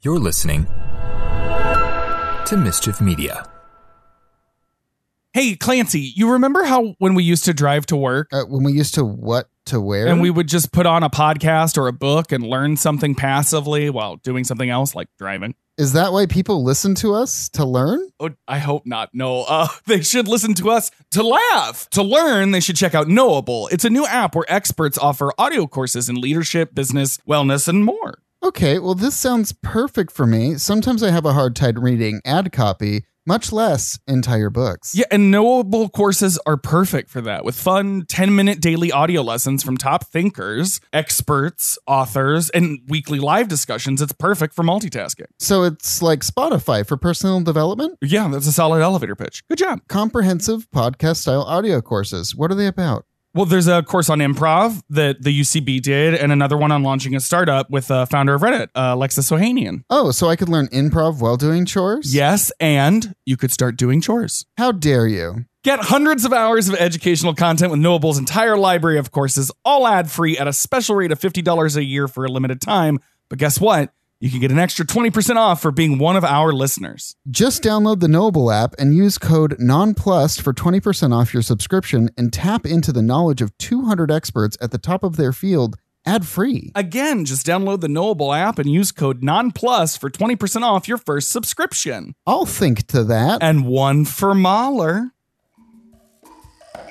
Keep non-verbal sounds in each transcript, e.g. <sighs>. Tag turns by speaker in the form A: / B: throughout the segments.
A: You're listening to Mischief Media.
B: Hey, Clancy, you remember how when we used to drive to work
C: Uh, when we used to what to wear,
B: and we would just put on a podcast or a book and learn something passively while doing something else like driving?
C: is that why people listen to us to learn?
B: Oh, I hope not. No, uh, <laughs> they should listen to us to laugh. To learn, they should check out Knowable. It's a new app where experts offer audio courses in leadership, business, wellness, and more.
C: Okay, well, this sounds perfect for me. Sometimes I have a hard time reading ad copy, much less entire books.
B: Yeah, and Knowable courses are perfect for that with fun 10 minute daily audio lessons from top thinkers, experts, authors, and weekly live discussions. It's perfect for multitasking.
C: So it's like Spotify for personal development.
B: Yeah, that's a solid elevator pitch. Good job.
C: Comprehensive podcast style audio courses. What are they about?
B: Well, there's a course on improv that the UCB did, and another one on launching a startup with a founder of Reddit, uh, Alexis Ohanian.
C: Oh, so I could learn improv while doing chores?
B: Yes, and you could start doing chores.
C: How dare you?
B: Get hundreds of hours of educational content with Knowable's entire library of courses, all ad free at a special rate of $50 a year for a limited time. But guess what? You can get an extra 20% off for being one of our listeners.
C: Just download the Knowable app and use code NONPLUS for 20% off your subscription and tap into the knowledge of 200 experts at the top of their field ad free.
B: Again, just download the Knowable app and use code NONPLUS for 20% off your first subscription.
C: I'll think to that.
B: and one for Mahler.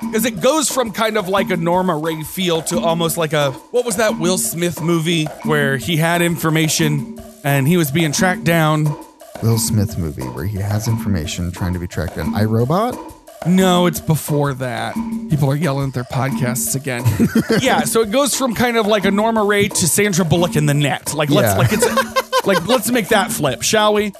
B: Because it goes from kind of like a Norma Ray feel to almost like a what was that Will Smith movie where he had information and he was being tracked down.
C: Will Smith movie where he has information trying to be tracked down. iRobot?
B: No, it's before that. People are yelling at their podcasts <laughs> again. yeah, so it goes from kind of like a Norma Ray to Sandra Bullock in the net. Like let's
C: Yeah.
B: like it's like let's make that flip, shall we?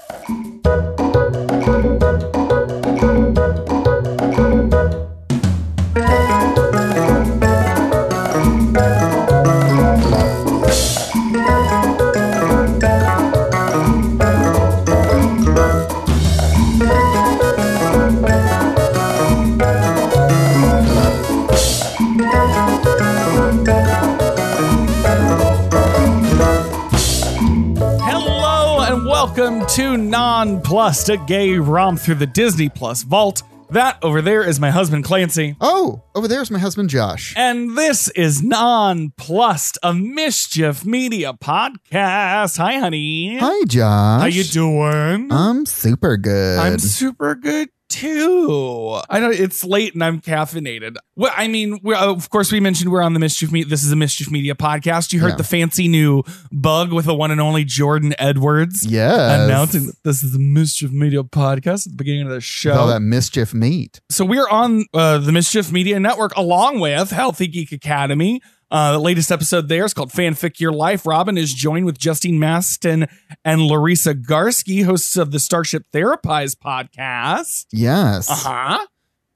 B: Hello and welcome to Non Plus, a gay romp through the Disney Plus vault. That over there is my husband Clancy.
C: Oh, over there's my husband Josh.
B: And this is Non Plus, a mischief media podcast. Hi, honey.
C: Hi, Josh.
B: How you doing?
C: I'm super good.
B: I'm super good too. I know it's late and I'm caffeinated. Well, I mean, we uh, of course we mentioned we're on the mischief. Me- this is a mischief media podcast. You heard
C: Yeah.
B: the fancy new bug with the one and only Jordan Edwards.
C: yes.
B: announcing that this is the Mischief Media podcast at the beginning of the
C: With
B: show.
C: all that mischief meat.
B: so we're on uh, the Mischief Media Network along with Healthy Geek Academy. Uh, the latest episode there is called Fanfic Your Life. Robin is joined with Justine Maston and Larissa Garsky, hosts of the Starship Therapies podcast.
C: Yes.
B: Uh huh.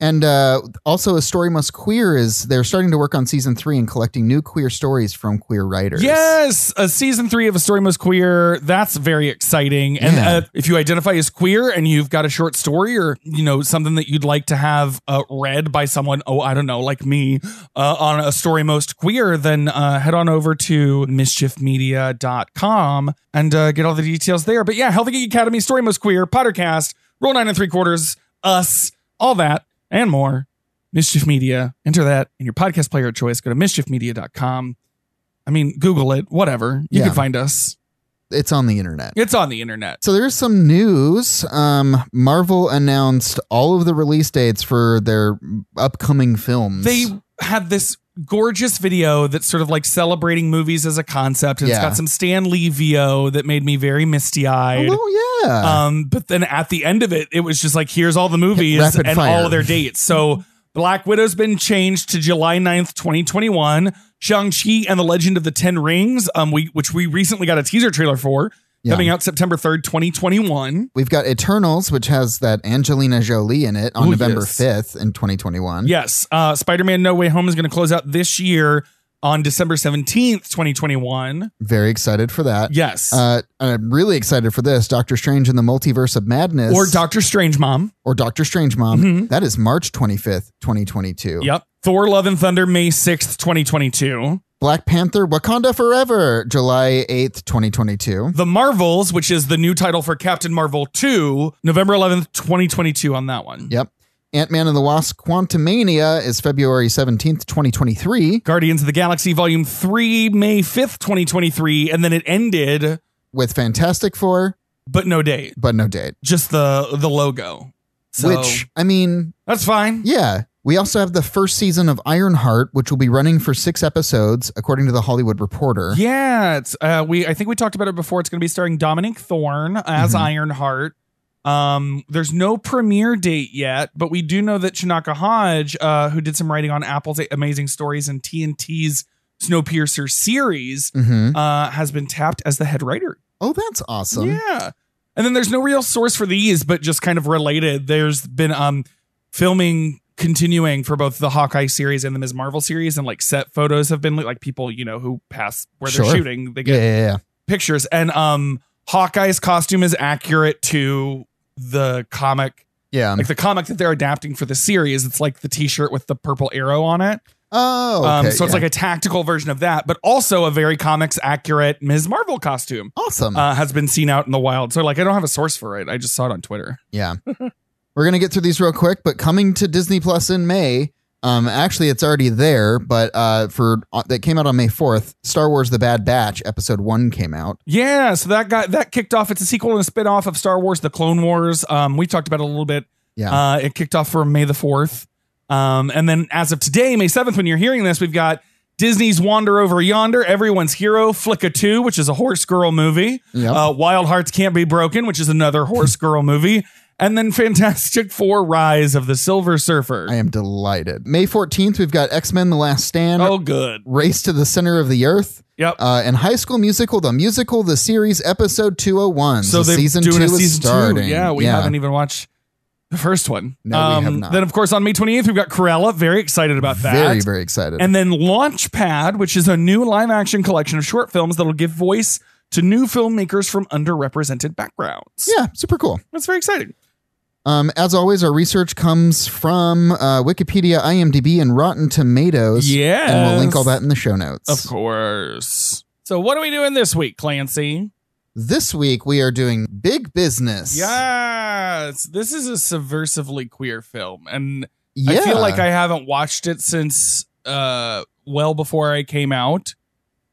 C: And uh, also, A Story Must Queer is they're starting to work on season three and collecting new queer stories from queer writers.
B: Yes, uh, season three of A Story Most Queer. That's very exciting. And
C: Yeah.
B: uh, if you identify as queer and you've got a short story or you know something that you'd like to have uh, read by someone, oh I don't know, like me, uh, on A Story Most Queer, then uh, head on over to mischiefmedia.com and uh, get all the details there. But yeah, Healthy Geek Academy, Story Most Queer, Pottercast, Roll Nine and Three Quarters, Us, all that and more. Mischief Media. Enter that in your podcast player of choice. Go to mischiefmedia.com. I mean, Google it, whatever. You
C: Yeah.
B: can find us.
C: It's on the internet.
B: It's on the internet.
C: So there's some news. Um, Marvel announced all of the release dates for their upcoming films.
B: They had this gorgeous video that's sort of like celebrating movies as a concept. And it's
C: Yeah.
B: got some Stan Lee VO that made me very misty eyed.
C: Oh yeah.
B: Um, but then at the end of it, it was just like, here's all the movies
C: Rapid
B: and
C: fire.
B: all of their dates. So Black Widow's been changed to July 9th, 2021. Shang-Chi and the Legend of the Ten Rings, um, we which we recently got a teaser trailer for,
C: Yeah. Mm-hmm.
B: coming out September 3rd, 2021.
C: We've got Eternals, which has that Angelina Jolie in it on
B: Ooh,
C: November
B: yes.
C: 5th in 2021.
B: Yes. Uh, Spider-Man No Way Home is going to close out this year on December 17th, 2021.
C: Very excited for that.
B: Yes.
C: Uh, I'm really excited for this. Doctor Strange in the Multiverse of Madness.
B: or Doctor Strange Mom.
C: or Doctor Strange Mom.
B: Mhm.
C: That is March 25th, 2022.
B: Yep. Thor Love and Thunder May 6th, 2022.
C: Black Panther Wakanda Forever, July 8th, 2022.
B: The Marvels, which is the new title for Captain Marvel 2, November 11th, 2022 on that one.
C: Yep. Ant Man and the Wasp Quantumania is February 17th, 2023,
B: Guardians of the Galaxy Volume 3, May 5th, 2023. And then it ended,
C: with Fantastic Four,
B: but no date,
C: but no date.
B: just the the logo. So
C: Which, I mean,
B: that's fine.
C: yeah. We also have the first season of Ironheart, which will be running for six episodes, according to the Hollywood Reporter.
B: Yeah, it's uh we I think we talked about it before. It's going to be starring Dominic Thorne as
C: Mhm.
B: Ironheart. Um there's no premiere date yet, but we do know that Chinaka Hodge, uh who did some writing on Apple's Amazing Stories and TNT's Snowpiercer series,
C: hmm
B: uh has been tapped as the head writer.
C: Oh, that's awesome.
B: Yeah. And then there's no real source for these, but just kind of related. There's been um filming continuing for both the Hawkeye series and the Ms. Marvel series, and like set photos have been like people, you know, who pass where they're
C: Sure.
B: shooting, they
C: Yeah,
B: get
C: yeah, yeah.
B: pictures. And um Hawkeye's costume is accurate to the comic,
C: Yeah.
B: like the comic that they're adapting for the series. It's like the t-shirt with the purple arrow on it.
C: oh,
B: um,
C: okay,
B: so it's
C: yeah.
B: like a tactical version of that, but also a very comics accurate Ms. Marvel costume
C: awesome.
B: uh, has been seen out in the wild. So like, I don't have a source for it. I just saw it on Twitter.
C: Yeah. We're going to get through these real quick, but coming to Disney Plus in May, um, actually, it's already there, but uh, for uh, that came out on May 4th, Star Wars The Bad Batch, Episode 1 came out.
B: Yeah, so that got that kicked off. It's a sequel and a spin-off of Star Wars: The Clone Wars. Um, we talked about it a little bit.
C: Yeah.
B: Uh, it kicked off for May the fourth, um, and then as of today, May seventh, when you're hearing this, we've got Disney's Wander Over Yonder, Everyone's Hero, Flicka Two, which is a horse girl movie.
C: Yep.
B: Uh, Wild Hearts Can't Be Broken, which is another horse girl movie, and then Fantastic Four: Rise of the Silver Surfer.
C: I am delighted. May 14th, we've got X Men The Last Stand,
B: oh, good.
C: Race to the Center of the Earth,
B: Yep.
C: uh, and High School Musical, the musical, the series, episode 201.
B: So they're
C: season
B: doing
C: two
B: a season
C: is starting.
B: two. Yeah, we haven't even watched the first one. Um,
C: No, we have not.
B: Then, of course, on May 28th, we've got Corella. Very excited about that.
C: Very, very excited.
B: and then Launchpad, which is a new live action collection of short films that'll give voice to new filmmakers from underrepresented backgrounds.
C: yeah, super cool.
B: That's very exciting.
C: Um, as always, our research comes from uh, Wikipedia, IMDb, and Rotten Tomatoes.
B: Yes.
C: And we'll link all that in the show notes.
B: Of course. So, what are we doing this week, Clancy?
C: This week, we are doing Big Business.
B: Yes. This is a subversively queer film. And
C: Yeah.
B: I feel like I haven't watched it since uh well before I came out.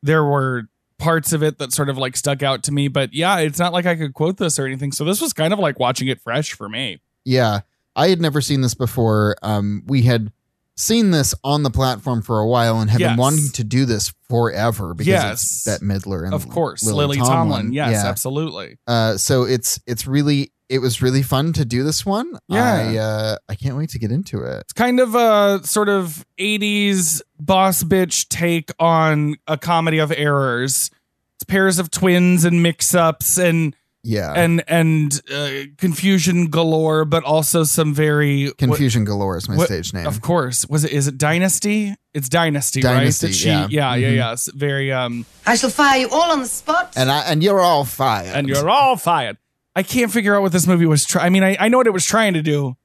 B: There were parts of it that sort of like stuck out to me, but yeah, it's not like I could quote this or anything. So this was kind of like watching it fresh for me.
C: Yeah. I had never seen this before. Um, we had seen this on the platform for a while and have been
B: Yes.
C: wanting to do this forever because
B: Yes.
C: it's Bette Midler and
B: of course,
C: Lily,
B: Lily, Tomlin.
C: Tomlin.
B: Yes,
C: Yeah.
B: absolutely.
C: Uh, so it's it's really it was really fun to do this one.
B: Yeah.
C: I, uh, I can't wait to get into it.
B: It's kind of a sort of 80s boss bitch take on a comedy of errors. It's pairs of twins and mix-ups and
C: Yeah.
B: and and uh, confusion galore, but also some very what-
C: Confusion Galore is my
B: what-
C: stage name.
B: Of course. Was it is it Dynasty? It's Dynasty,
C: Dynasty,
B: right? That she,
C: yeah.
B: yeah, yeah,
C: Mhm.
B: yeah. It's very um
D: I shall fire you all on the spot.
C: and I and you're all fired.
B: and you're all fired. I can't figure out what this movie was trying. I mean, I, I know what it was trying to do.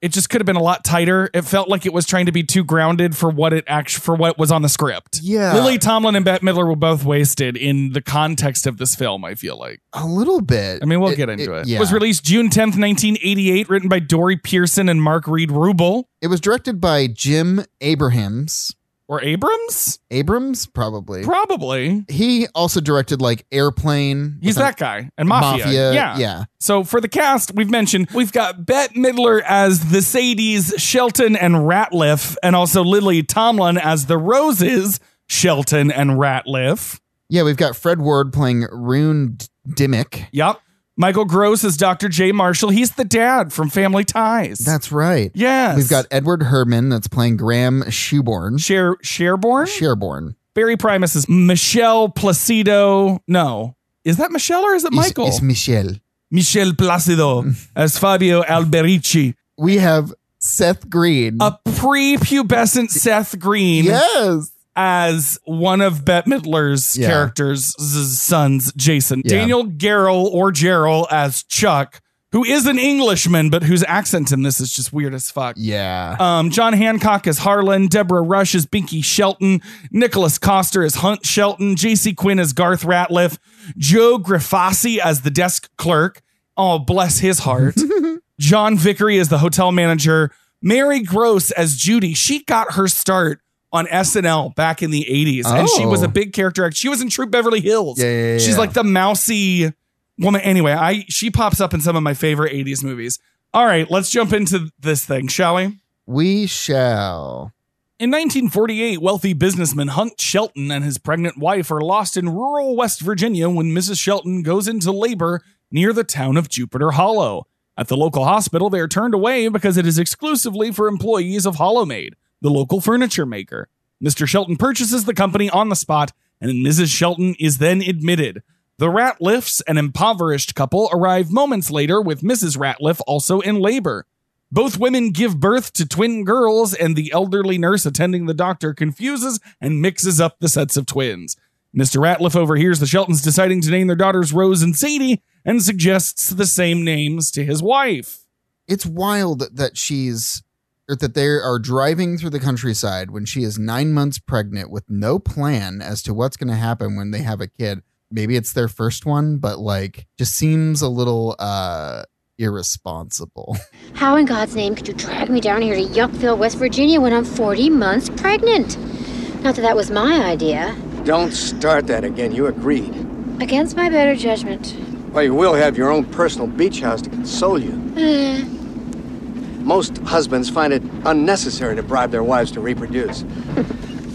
B: It just could have been a lot tighter. It felt like it was trying to be too grounded for what it actually for what was on the script.
C: yeah,
B: Lily Tomlin and Bette Midler were both wasted in the context of this film, I feel like.
C: a little bit.
B: I mean, we'll get into it. It
C: Yeah.
B: was released June 10th, 1988, written by Dory Pearson and Mark Reed Rubel
C: it was directed by Jim Abrahams.
B: or Abrams?
C: Abrams, probably.
B: Probably.
C: he also directed like Airplane.
B: He's
C: with
B: that guy. And
C: a-
B: Mafia.
C: Yeah.
B: So for the cast, we've mentioned we've got Bette Midler as the Sadies, Shelton and Ratliff, and also Lily Tomlin as the Roses, Shelton and Ratliff.
C: Yeah, We've got Fred Ward playing Rune D- Dimmick.
B: Yep. Michael Gross as Dr. J. Marshall. He's the dad from Family Ties.
C: That's right.
B: yes.
C: We've got Edward Herman that's playing Graham Shoeborn.
B: Cher Cherborn.
C: Shearborn.
B: Barry Primus is Michelle Placido. No. Is that Michelle or is it
C: It's-
B: Michael?
C: It's Michelle.
B: Michelle
C: <laughs>
B: Placido as Fabio Alberici.
C: We have Seth Green.
B: A prepubescent Seth Green.
C: yes.
B: as one of Bette Midler's
C: Yeah.
B: characters' sons, Jason.
C: Yeah.
B: Daniel Garrell or Gerald as Chuck, who is an Englishman, but whose accent in this is just weird as fuck.
C: Yeah.
B: Um, John Hancock is Harlan. Deborah Rush is Binky Shelton. Nicholas Coster is Hunt Shelton. J.C. Quinn is Garth Ratliff. Joe Grafassi as the desk clerk. Oh, bless his
C: <laughs>
B: heart. John Vickery is the hotel manager. Mary Gross as Judy. She got her start on SNL back in the 80s, and she
C: Oh.
B: was a big character. act- She was in True Beverly Hills.
C: Yeah, yeah, yeah,
B: She's
C: yeah.
B: like the mousy woman. Anyway, I she pops up in some of my favorite 80s movies. All right, let's jump into this thing, shall we?
C: we shall.
B: In 1948, wealthy businessman Hunt Shelton and his pregnant wife are lost in rural West Virginia when Mrs. Shelton goes into labor near the town of Jupiter Hollow. At the local hospital, they are turned away because it is exclusively for employees of Hollowmade, the local furniture maker. Mr. Shelton purchases the company on the spot, and Mrs. Shelton is then admitted. The Ratliffs, an impoverished couple, arrive moments later with Mrs. Ratliff also in labor. Both women give birth to twin girls, and the elderly nurse attending the doctor confuses and mixes up the sets of twins. Mr. Ratliff overhears the Sheltons deciding to name their daughters Rose and Sadie and suggests the same names to his wife.
C: It's wild that she's or that they are driving through the countryside when she is nine months pregnant with no plan as to what's going to happen when they have a kid. Maybe it's their first one, but like just seems a little uh irresponsible. <laughs>
E: How in God's name could you drag me down here to Yuckville, West Virginia when I'm 40 months pregnant? Not that that was my idea.
F: Don't start that again. You agreed.
E: Against my better judgment.
F: Well, you will have your own personal beach house to console you.
E: Eh,
F: Most husbands find it unnecessary to bribe their wives to reproduce.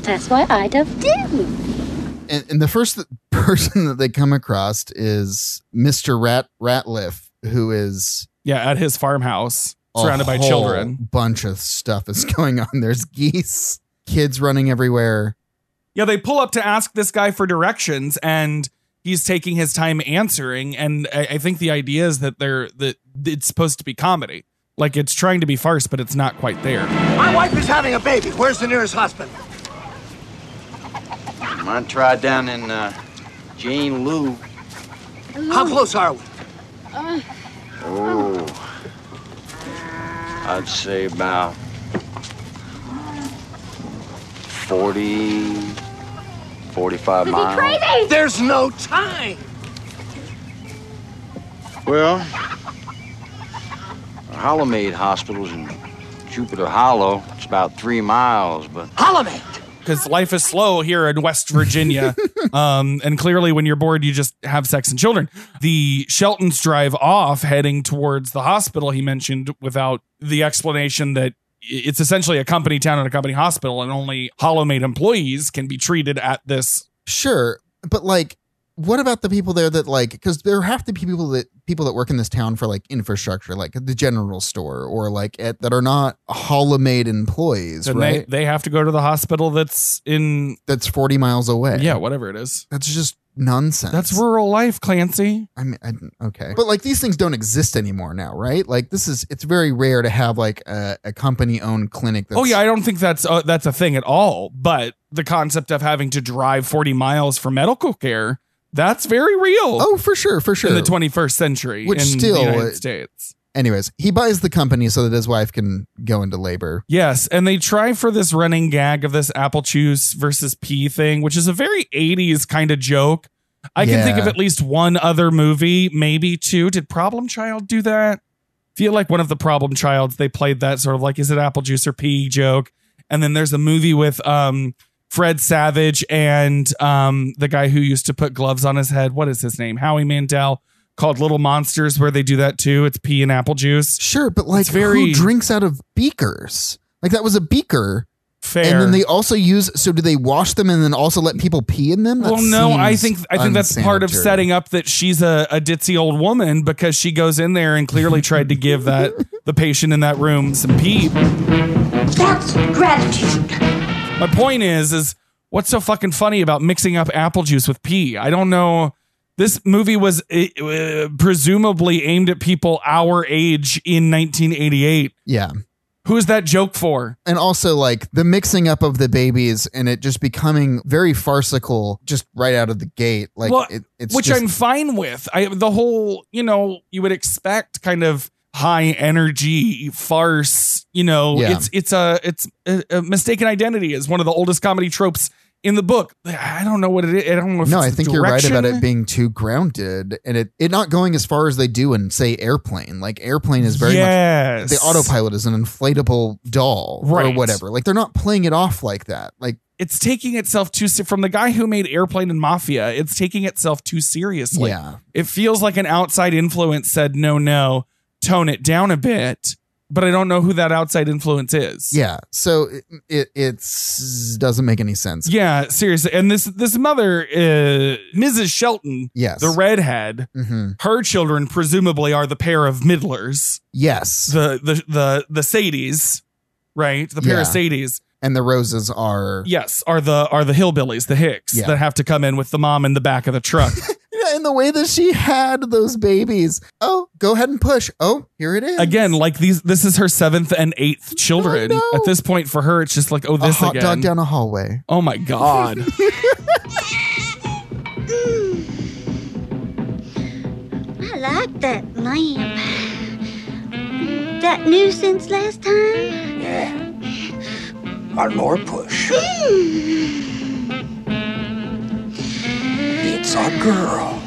E: that's why I dove do.
C: and, and the first th- <laughs> person that they come across is Mr. Rat Ratliff, who is
B: Yeah, at his farmhouse,
C: a
B: surrounded by
C: whole
B: children.
C: Bunch of stuff is <laughs> going on. There's geese, kids running everywhere.
B: Yeah, they pull up to ask this guy for directions, and he's taking his time answering. And I, I think the idea is that they're that it's supposed to be comedy, like it's trying to be farce, but it's not quite there.
F: My wife is having a baby. Where's the nearest hospital?
G: Montreal down in uh, Jane Lou.
F: How close are we?
G: Oh, I'd say about 40, 45 miles.
F: There's no time.
G: Well, the Hollowmade Hospital's in Jupiter Hollow. It's about three miles, but
F: Holloman.
B: because life is slow here in West Virginia. um, and clearly, when you're bored, you just have sex and children. The Sheltons drive off heading towards the hospital he mentioned without the explanation that it's essentially a company town and a company hospital, and only Hollowmade employees can be treated at this.
C: Sure, but like, what about the people there that like? Because there are half the people that people that work in this town for like infrastructure, like the general store, or like at, that are not Hollowmade employees,
B: And
C: right?
B: they, they have to go to the hospital that's in,
C: That's forty miles away.
B: yeah, whatever it is.
C: that's just nonsense.
B: That's rural life, Clancy.
C: I mean, I, didn't- okay, but like these things don't exist anymore now, right? Like this is it's very rare to have like a, a company owned clinic. That's,
B: Oh yeah, I don't think that's uh, that's a thing at all. But the concept of having to drive 40 miles for medical care, that's very real
C: oh for sure, for sure.
B: in the 21st century
C: Which
B: in
C: still,
B: the United
C: uh,
B: States.
C: Anyways, he buys the company so that his wife can go into labor.
B: Yes, and they try for this running gag of this apple juice versus pea thing, which is a very 80s kind of joke. I can think
C: Yeah.
B: of at least one other movie, maybe two. Did Problem Child do that? Feel like one of the Problem Childs they played that sort of like is it apple juice or pea joke. And then there's a movie with um Fred Savage and um the guy who used to put gloves on his head. What is his name? Howie Mandel called Little Monsters where they do that too. It's pea and apple juice.
C: Sure, but like
B: It's very-
C: who drinks out of beakers? Like that was a beaker,
B: Fair.
C: and then they also use. So do they wash them and then also let people pee in them? That
B: well, no, I think
C: seems
B: I think that's part of
C: unsanitary.
B: setting up that she's a, a ditzy old woman because she goes in there and clearly tried to give that the patient in that room some pee.
H: That's gratitude.
B: My point is, is what's so fucking funny about mixing up apple juice with pee? I don't know. This movie was uh, uh, presumably aimed at people our age in 1988
C: Yeah,
B: Who's that joke for?
C: and also like the mixing up of the babies and it just becoming very farcical just right out of the gate like
B: Well,
C: it, it's
B: which
C: just,
B: I'm fine with. I the whole, you know, you would expect kind of high energy farce. You know,
C: Yeah.
B: it's it's a it's a, a mistaken identity is one of the oldest comedy tropes in the book. I don't know what it is. I don't know. If
C: no
B: it's
C: i
B: the
C: think you're right about
B: direction.
C: it being too grounded and it, it not going as far as they do in say airplane like airplane is very much
B: yes.
C: the autopilot is an inflatable doll or
B: Right.
C: whatever like they're not playing it off like that like
B: It's taking itself too se- from the guy who made Airplane and Mafia. It's taking itself too seriously.
C: yeah
B: It feels like an outside influence said, "No, no, tone it down a bit." But I don't know who that outside influence is.
C: yeah so it, it it's doesn't make any sense
B: Yeah, seriously. And this this mother, uh, Mrs. Shelton,
C: yes
B: the redhead,
C: Mhm.
B: her children presumably are the pair of middlers,
C: yes
B: the the the the Sadies, right? The pair of
C: Yeah.
B: Sadies.
C: and the roses are
B: Yes, are the are the hillbillies, the Hicks
C: Yeah.
B: that have to come in with the mom in the back of the
C: <laughs>
B: truck.
C: Yeah, and the way that she had those babies. Oh, go ahead and push. Oh, here it is.
B: again, like these, this is her seventh and eighth children.
C: no.
B: At this point, for her, it's just like, oh,
C: a
B: this
C: hot
B: again.
C: dog down a hallway.
B: Oh my
C: <laughs>
B: god.
I: I like that lamp. That new since last time?
F: Yeah. One more push. It's a girl.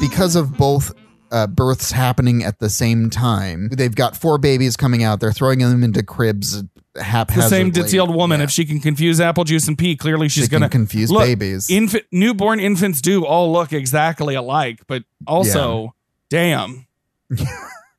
C: Because of both uh, births happening at the same time, they've got four babies coming out. They're throwing them into cribs
B: the
C: haphazardly.
B: same ditzy old woman. If she can confuse apple juice and pee, clearly she's
C: She can
B: gonna
C: confuse
B: look,
C: babies.
B: Infant, newborn infants do all look exactly alike, but also,
C: <laughs>
B: damn.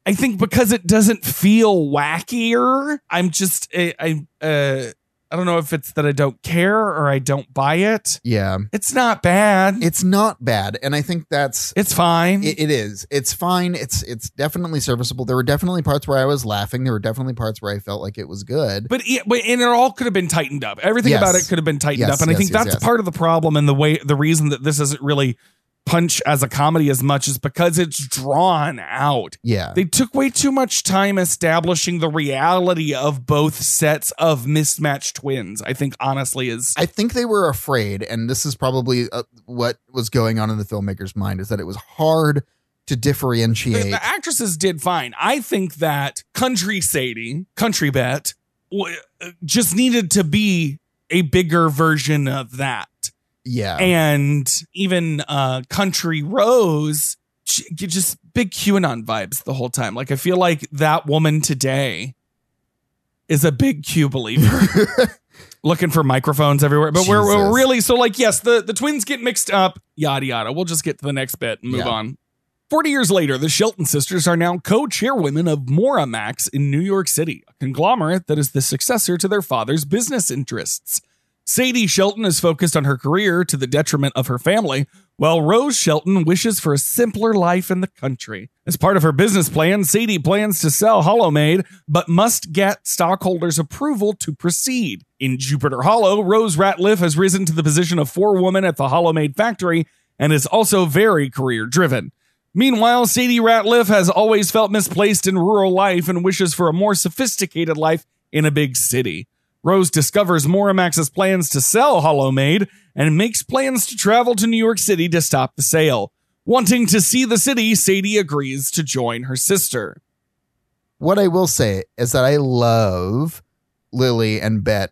B: I think because it doesn't feel wackier, I'm just I I, uh, I don't know if it's that I don't care or I don't buy it.
C: Yeah.
B: It's not bad.
C: It's not bad. And I think that's
B: it's fine.
C: It, it is. It's fine. It's it's definitely serviceable. There were definitely parts where I was laughing. There were definitely parts where I felt like it was good.
B: But it, but- and it all could have been tightened up. Everything
C: Yes.
B: about it could have been tightened
C: Yes,
B: up, and I
C: yes,
B: think
C: yes,
B: that's
C: yes.
B: part of the problem and the way the reason that this isn't really punch as a comedy as much is because it's drawn out.
C: yeah.
B: They took way too much time establishing the reality of both sets of mismatched twins. I think honestly is
C: I think they were afraid, and this is probably uh, what was going on in the filmmaker's mind, is that it was hard to
B: the,
C: differentiate.
B: the actresses did fine. I think that country Sadie, country bet, w- uh, just needed to be a bigger version of that.
C: Yeah,
B: and even uh country rose j- you just big qanon vibes the whole time like i feel like that woman today is a big q believer
C: <laughs>
B: looking for microphones everywhere but we're, we're
C: Jesus.
B: really so like yes the the twins get mixed up yada yada we'll just get to the next bit and move
C: Yeah.
B: on 40 years later, the Shelton sisters are now co chairwomen of Moramax in New York City, a conglomerate that is the successor to their father's business interests. Sadie Shelton is focused on her career to the detriment of her family, while Rose Shelton wishes for a simpler life in the country. As part of her business plan, Sadie plans to sell Hollow Maid, but must get stockholders' approval to proceed. In Jupiter Hollow, Rose Ratliff has risen to the position of forewoman at the Hollow Maid factory and is also very career driven. Meanwhile, Sadie Ratliff has always felt misplaced in rural life and wishes for a more sophisticated life in a big city. Rose discovers Moramax's plans to sell Hollow Maid and makes plans to travel to New York City to stop the sale. Wanting to see the city, Sadie agrees to join her sister.
C: what I will say is that I love Lily and Bet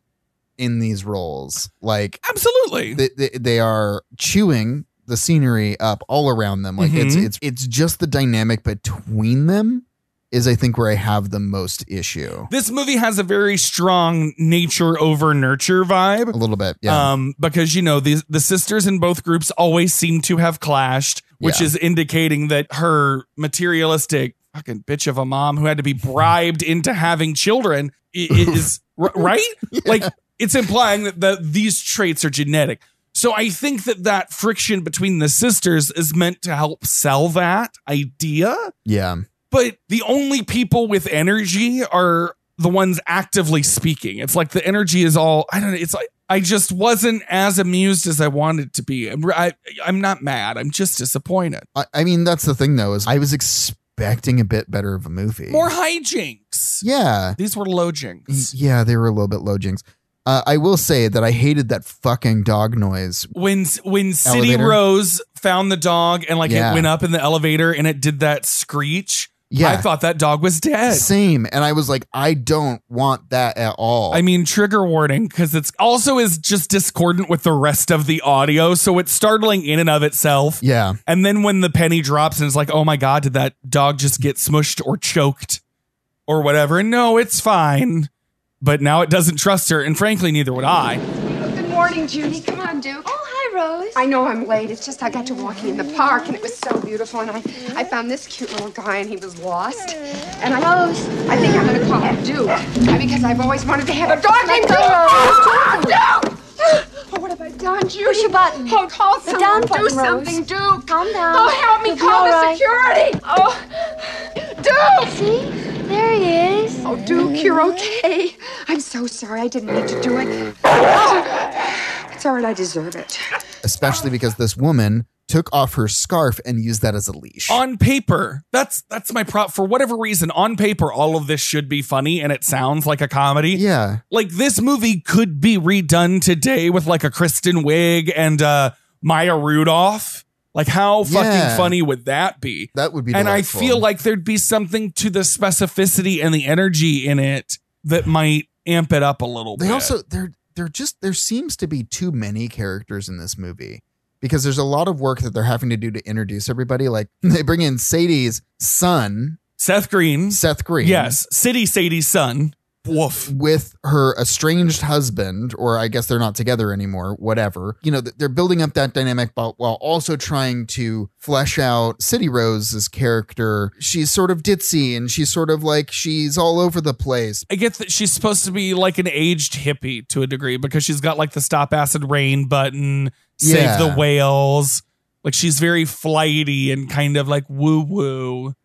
C: in these roles. Like
B: Absolutely.
C: they, they, they are chewing the scenery up all around them. Like it's
B: Mhm.
C: it's it's just the dynamic between them is I think where I have the most issue.
B: This movie has a very strong nature over nurture vibe.
C: A little bit, yeah.
B: Um, because you know the the sisters in both groups always seem to have clashed, which
C: Yeah.
B: is indicating that her materialistic fucking bitch of a mom who had to
C: <laughs>
B: be bribed into having children i- i- is r- right. Like it's implying that the, these traits are genetic. So I think that that friction between the sisters is meant to help sell that idea
C: yeah.
B: but the only people with energy are the ones actively speaking. It's like the energy is all I don't know. It's like I just wasn't as amused as I wanted to be. I'm I, am i am not mad. I'm just disappointed.
C: I, I mean, that's the thing though, is I was expecting expecting a bit better of a movie.
B: More hijinks.
C: yeah.
B: These were low
C: Y-
B: jinks.
C: Yeah, they were a little bit low jinks. Uh, I will say that I hated that fucking dog noise.
B: When when City
C: Elevator.
B: Rose found the dog and like
C: Yeah.
B: it went up in the elevator and it did that screech,
C: Yeah.
B: I thought that dog was dead.
C: Same. And I was like, I don't want that at all.
B: I mean, trigger warning because it's also is just discordant with the rest of the audio, so it's startling in and of itself.
C: yeah.
B: And then when the penny drops and it's like, oh my god, did that dog just get smushed or choked or whatever? No, it's fine. But now it doesn't trust her, and frankly, neither would I.
J: Good morning, Judy. Come on, Duke.
I: Oh, hi, Rose.
J: I know I'm late. It's just I got to walking in the park and it was so beautiful. And I, I found this cute little guy and he was lost. And I, Rose. I think I'm going to call him Duke I- because I've always wanted to have a dog named Duke. Oh, Duke! Oh, what have I done, Judy?
I: Push a button.
J: Oh, call
I: The
J: someone.
I: down
J: Do
I: button, Rose.
J: something, Duke.
I: Calm down.
J: Oh, help me
I: You'll be all
J: call the
I: right.
J: security. Oh, Duke!
I: See? There he is.
J: Oh, Duke, you're okay. I'm so sorry. I didn't mean to do it. Oh, It's all right. I deserve it.
C: Especially because this woman took off her scarf and used that as a leash.
B: on paper that's that's my prop for whatever reason on paper all of this should be funny and it sounds like a comedy
C: yeah.
B: like this movie could be redone today with like a kristen wiig and uh maya rudolph like how fucking
C: Yeah.
B: funny would that be
C: That would be
B: and i
C: delightful.
B: feel like there'd be something to the specificity and the energy in it that might amp it up a little
C: they
B: bit
C: also there there just there seems to be too many characters in this movie because there's a lot of work that they're having to do to introduce everybody. Like <laughs> they bring in Sadie's son,
B: seth green
C: Seth Green.
B: yes city sadie's son woof
C: with her estranged husband, or I guess they're not together anymore, whatever. You know, th- they're building up that dynamic but while also trying to flesh out City Rose's character. She's sort of ditzy and she's sort of like she's all over the place.
B: I get that she's supposed to be like an aged hippie to a degree because she's got like the stop acid rain button, save
C: Yeah.
B: the whales. Like she's very flighty and kind of like woo woo.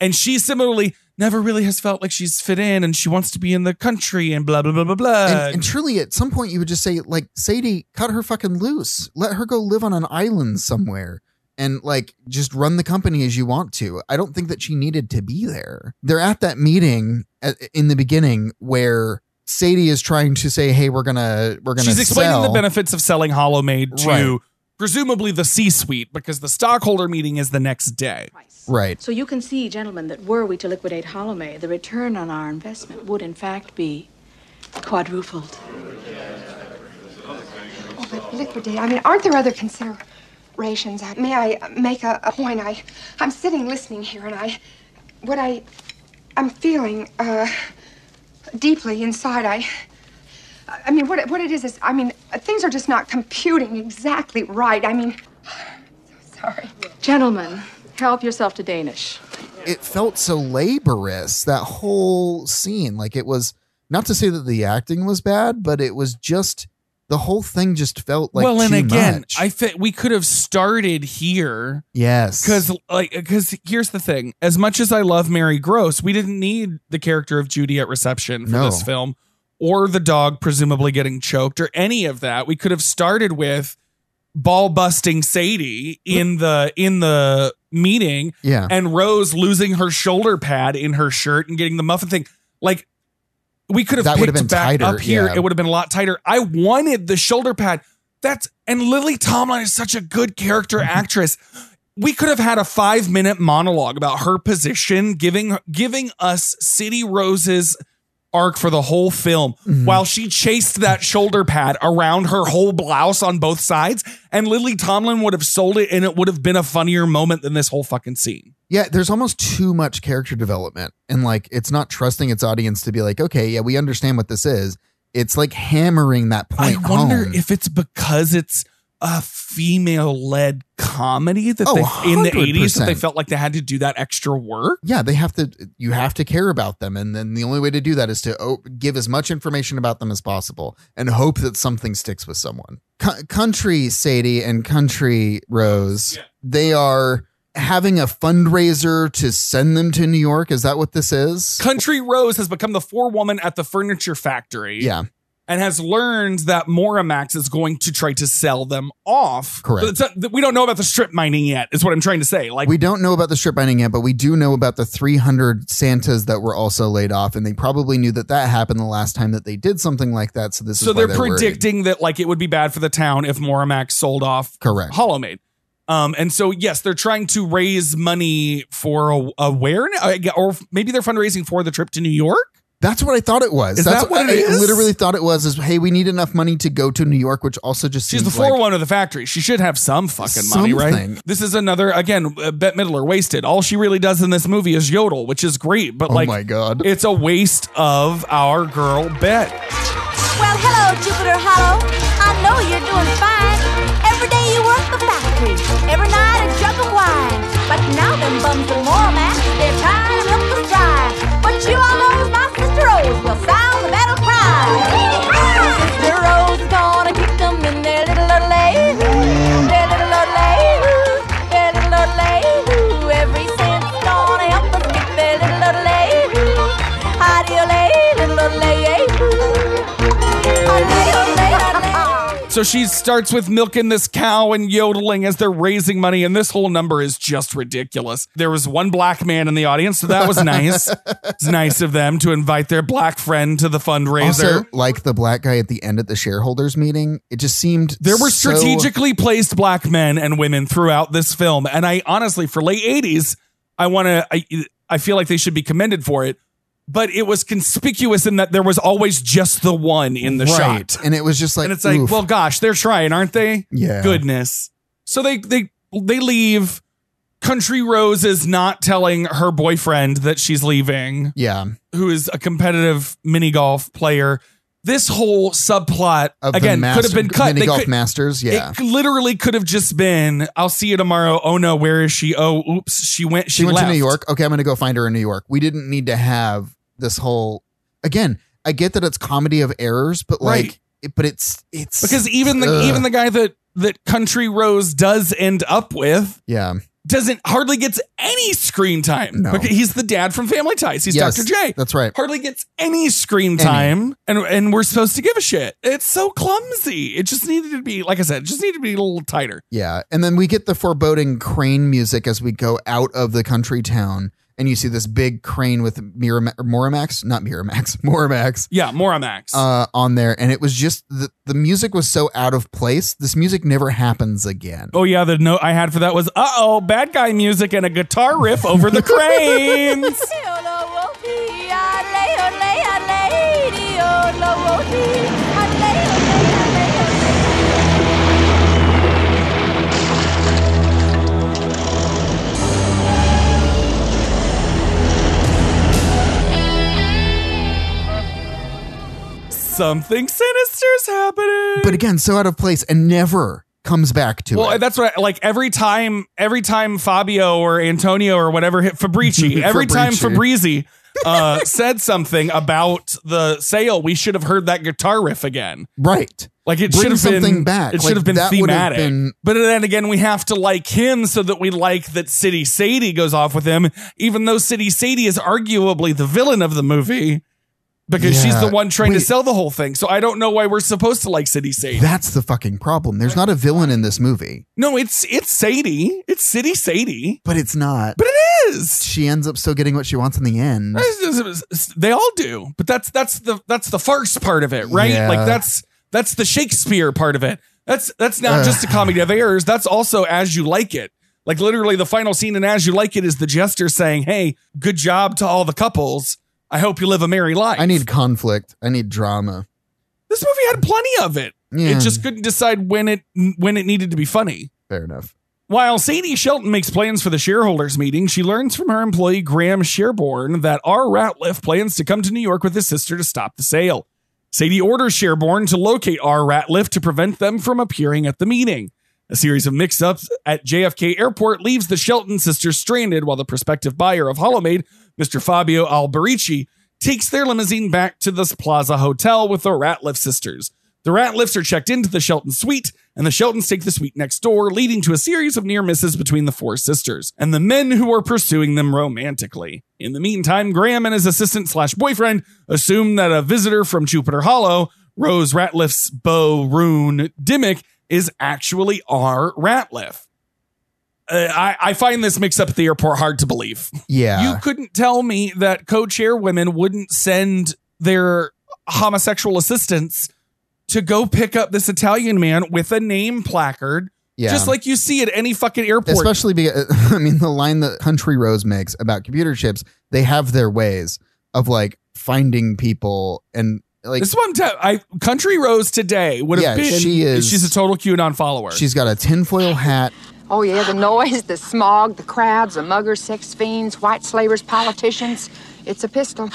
B: And she similarly never really has felt like she's fit in and she wants to be in the country and blah, blah, blah, blah, blah.
C: and, and truly, at some point, you would just say, like, Sadie, cut her fucking loose. Let her go live on an island somewhere and, like, just run the company as you want to. I don't think that she needed to be there. They're at that meeting at, in the beginning where Sadie is trying to say, hey, we're going to, we're going to
B: she's explaining
C: sell.
B: the benefits of selling Hollow Maid to
C: Right.
B: presumably the C suite because the stockholder meeting is the next day.
C: Right.
K: So you can see, gentlemen, that were we to liquidate Holloway, the return on our investment would in fact be quadrupled.
J: Oh, but liquidate. I mean, aren't there other considerations? I- May I uh, make a, a point? I, I'm sitting listening here, and I, what I, I'm feeling uh, deeply inside. I, I mean, what it- what it is is, I mean, uh, things are just not computing exactly right. I mean, <sighs> so sorry.
K: Gentlemen, help yourself to Danish.
C: It felt so laborious, that whole scene. Like, it was not to say that the acting was bad, but it was just. The whole thing just felt like
B: well, and
C: too
B: again,
C: much.
B: I fit, we could have started here
C: yes
B: Because like, because here's the thing: as much as I love Mary Gross, we didn't need the character of Judy at reception for
C: No.
B: this film, or the dog presumably getting choked, or any of that. We could have started with ball busting Sadie in the in the meeting,
C: yeah
B: and Rose losing her shoulder pad in her shirt and getting the muffin thing. Like we could have
C: That would
B: picked
C: have been
B: back
C: tighter,
B: up here.
C: yeah.
B: It would have been a lot tighter. I wanted the shoulder pad. That's and Lily Tomlin is such a good character
C: Mm-hmm.
B: actress. We could have had a five minute monologue about her position, giving giving us City Rose's arc for the whole film
C: Mm-hmm.
B: while she chased that shoulder pad around her whole blouse on both sides and Lily Tomlin would have sold it and it would have been a funnier moment than this whole fucking scene.
C: Yeah, there's almost too much character development. And like it's not trusting its audience to be like, okay, yeah, we understand what this is. It's like hammering that
B: I
C: point.
B: wonder
C: home.
B: if it's because it's a female led comedy that
C: Oh,
B: they in the 80s that they
C: 100%.
B: felt like they had to do that extra work.
C: Yeah, they have to you have to care about them. And then the only way to do that is to oh, give as much information about them as possible and hope that something sticks with someone. Co- country Sadie and Country Rose, they are having a fundraiser to send them to New York. Is that what this is?
B: Country Rose has become the forewoman at the furniture factory.
C: Yeah.
B: and has learned that Moramax is going to try to sell them off.
C: Correct.
B: So it's not- we don't know about the strip mining yet, is what I'm trying to say. Like,
C: We don't know about the strip mining yet, but we do know about the 300 Santas that were also laid off, and they probably knew that that happened the last time that they did something like that. So this is
B: so
C: why
B: they're,
C: worried.
B: predicting that like it would be bad for the town if Moramax sold off
C: Correct.
B: Hollow Maid. Um, and so yes, they're trying to raise money for a, awareness, I gue- or maybe they're fundraising for the trip to New York.
C: That's what I thought it was.
B: Is
C: That's
B: that what
C: I,
B: it
C: I
B: is?
C: literally thought it was. Is hey, we need enough money to go to New York, which also just
B: She's the
C: seems
B: floor
C: like,
B: one of the factory. She should have some fucking money, right?
C: Something.
B: This is another again, uh, Bette Midler wasted. All she really does in this movie is yodel, which is great, but
C: Oh
B: like,
C: my god!
B: it's a waste of our girl Bette.
L: Well, hello, Jupiter Hollow. I know you're doing fine. Every day you work the factory, every night a jug of wine. But now them bums and Mormax, they're trying to look us dry. But you all knows my sister Rose will sound the battle cry. Sister Rose is gonna kick them in their little old lay. Their little old lay. Their little old lay. Every cent's gonna help us kick their little old lay. Howdy-o-lay, little eh, old lay.
B: So she starts with milking this cow and yodeling as they're raising money, and this whole number is just ridiculous. There was one black man in the audience, so that was nice.
C: <laughs>
B: it's nice of them to invite their black friend to the fundraiser.
C: also like the black guy at the end at the shareholders meeting. It just seemed
B: there were
C: so-
B: strategically placed black men and women throughout this film, and I honestly, for late '80s, I want to. I, I feel like they should be commended for it, but it was conspicuous in that there was always just the one in the
C: right,
B: shot.
C: and it was just like
B: and it's like,
C: oof.
B: well, gosh, they're trying, aren't they?
C: Yeah.
B: Goodness. So they they they leave. Country Rose is not telling her boyfriend that she's leaving,
C: yeah,
B: who is a competitive mini golf player. This whole subplot
C: of the
B: again could have
C: master-
B: been cut.
C: Mini
B: They
C: golf
B: could-
C: masters, yeah.
B: It literally could have just been, "I'll see you tomorrow." Oh no, where is she? Oh, oops, she went. She,
C: she went
B: left.
C: to New York. Okay, I'm going to go find her in New York. We didn't need to have this whole. Again, I get that it's comedy of errors, but like,
B: Right.
C: it, but it's it's
B: because even the
C: Ugh.
B: even the guy that that Country Rose does end up with
C: yeah,
B: doesn't hardly gets any screen time.
C: No.
B: Because he's the dad from Family Ties. He's
C: Yes,
B: Dr. J.
C: That's right.
B: Hardly gets any screen time, and and we're supposed to give a shit. It's so clumsy. It just needed to be, like I said, it just needed to be a little tighter.
C: Yeah, and then we get the foreboding crane music as we go out of the country town, and you see this big crane with Mirama- Moramax, not Miramax, <laughs> Moramax.
B: Yeah, Moramax.
C: Uh, on there, and it was just the, the music was so out of place. This music never happens again.
B: oh yeah, the note I had for that was, uh oh, bad guy music and a guitar riff over
C: <laughs>
B: the
L: eh?
B: cranes. Something sinister's happening.
C: But again, so out of place, and never comes back to
B: Well,
C: it.
B: that's what I, like every time every time Fabio or Antonio or whatever hit
C: <laughs>
B: Fabrici, every time Fabrizi uh, said something about the sale, we should have heard that guitar riff again.
C: right.
B: Like it
C: Bring
B: should have been
C: something back.
B: It
C: Like,
B: should have been
C: that would have
B: thematic.
C: been-
B: but then again, we have to like him so that we like that City Sadie goes off with him, even though City Sadie is arguably the villain of the movie because she's
C: Yeah.
B: the one trying to
C: Wait.
B: sell the whole thing. So I don't know why we're supposed to like City Sadie.
C: That's the fucking problem. There's not a villain in this movie,
B: no, it's it's Sadie. It's City Sadie.
C: but it's not.
B: But it is.
C: she ends up still getting what she wants in the end.
B: They all do, but that's that's the that's the farce part of it, right?
C: Yeah.
B: Like that's that's the Shakespeare part of it. That's that's not
C: Ugh.
B: just a comedy of errors. That's also as you like it. Like literally, the final scene in As You Like It is the jester saying, "Hey, good job to all the couples. I hope you live a merry life."
C: I need conflict. I need drama.
B: this movie had plenty of it.
C: Yeah.
B: It just couldn't decide when it when it needed to be funny.
C: Fair enough.
B: While Sadie Shelton makes plans for the shareholders meeting, she learns from her employee Graham Sherborne that R. Ratliff plans to come to New York with his sister to stop the sale. Sadie orders Sherborne to locate R. Ratliff to prevent them from appearing at the meeting. A series of mix ups at JFK Airport leaves the Shelton sisters stranded while the prospective buyer of Hollowmaid, Mr. Fabio Alberici, takes their limousine back to the Plaza Hotel with the Ratliff sisters. The Ratliffs are checked into the Shelton suite, and the Sheltons take the suite next door, leading to a series of near misses between the four sisters and the men who are pursuing them romantically. In the meantime, Graham and his assistant slash boyfriend assume that a visitor from Jupiter Hollow Rose Ratliff's beau, Rune Dimmick, is actually R. Ratliff. Uh, I, I find this mix up at the airport hard to believe.
C: Yeah.
B: You couldn't tell me that co chair women wouldn't send their homosexual assistants to go pick up this Italian man with a name placard,
C: Yeah.
B: just like you see at any fucking airport.
C: Especially because, <laughs> I mean, the line that Country Rose makes about computer chips, they have their ways of like finding people and like
B: this is what I'm telling. I Country Rose today would have
C: Yeah,
B: been.
C: she is-
B: She's a total QAnon follower.
C: she's got a tinfoil hat.
M: Oh, yeah, the noise, the smog, the crowds, the muggers, sex fiends, white slavers, politicians. It's a
J: <gasps>
M: pistol.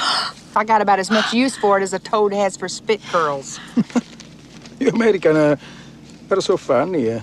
M: I got about as much use for it as a toad has for spit curls.
N: You American uh, are so funny. Uh.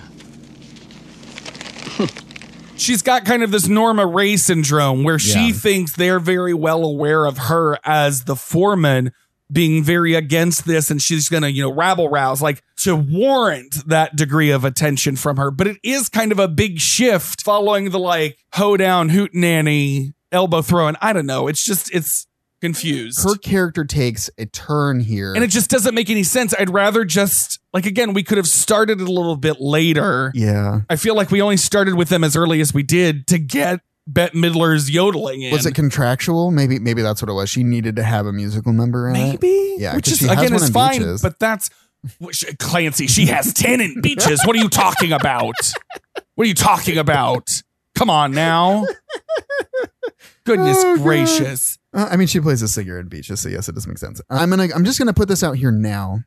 B: she's got kind of this Norma Ray syndrome where she
O: Yeah.
B: thinks they're very well aware of her as the foreman being very against this and she's going to, you know, rabble rouse like to warrant that degree of attention from her. But it is kind of a big shift following the like hoedown, hootenanny, elbow throwing. I don't know. It's just, it's confused.
C: Her character takes a turn here.
B: and it just doesn't make any sense. I'd rather just, like, again, we could have started it a little bit later.
C: yeah.
B: I feel like we only started with them as early as we did to get Bette Midler's yodeling in.
C: Was it contractual? Maybe maybe that's what it was. She needed to have a musical number in it.
B: maybe?
C: Yeah,
B: which
C: 'cause
B: is
C: she has
B: again
C: one
B: is
C: in
B: fine,
C: Beaches.
B: but that's which- Clancy. She has ten in beaches. What are you talking about? What are you talking about? Come on now. Goodness
C: Oh, God.
B: gracious.
C: Uh, I mean, she plays a singer in Beaches, so yes, it does make sense. I'm gonna I'm just gonna put this out here now.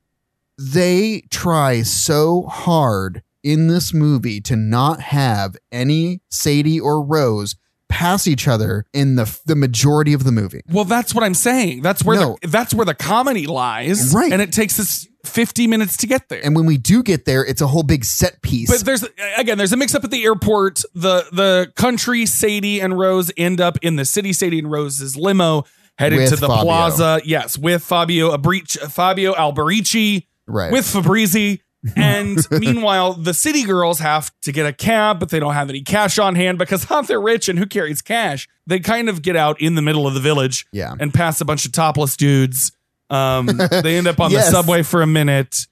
C: They try so hard in this movie to not have any Sadie or Rose pass each other in the the majority of the movie.
B: Well, that's what I'm saying. That's where the that's where the comedy lies.
C: Right.
B: And it takes us 50 minutes to get there.
C: And when we do get there, it's a whole big set piece.
B: But there's again, there's a mix up at the airport. The the country Sadie and Rose end up in the city. Sadie and Rose's limo headed
C: With
B: to the
C: Fabio.
B: plaza. Yes, with Fabio Abrici, Fabio Alberici,
C: Right.
B: with Fabrizi. and <laughs> meanwhile, the city girls have to get a cab, but they don't have any cash on hand because huh, they're rich and who carries cash? They kind of get out in the middle of the village
C: Yeah.
B: and pass a bunch of topless dudes. Um, they end
C: <laughs>
B: up on
C: Yes.
B: the subway for a minute.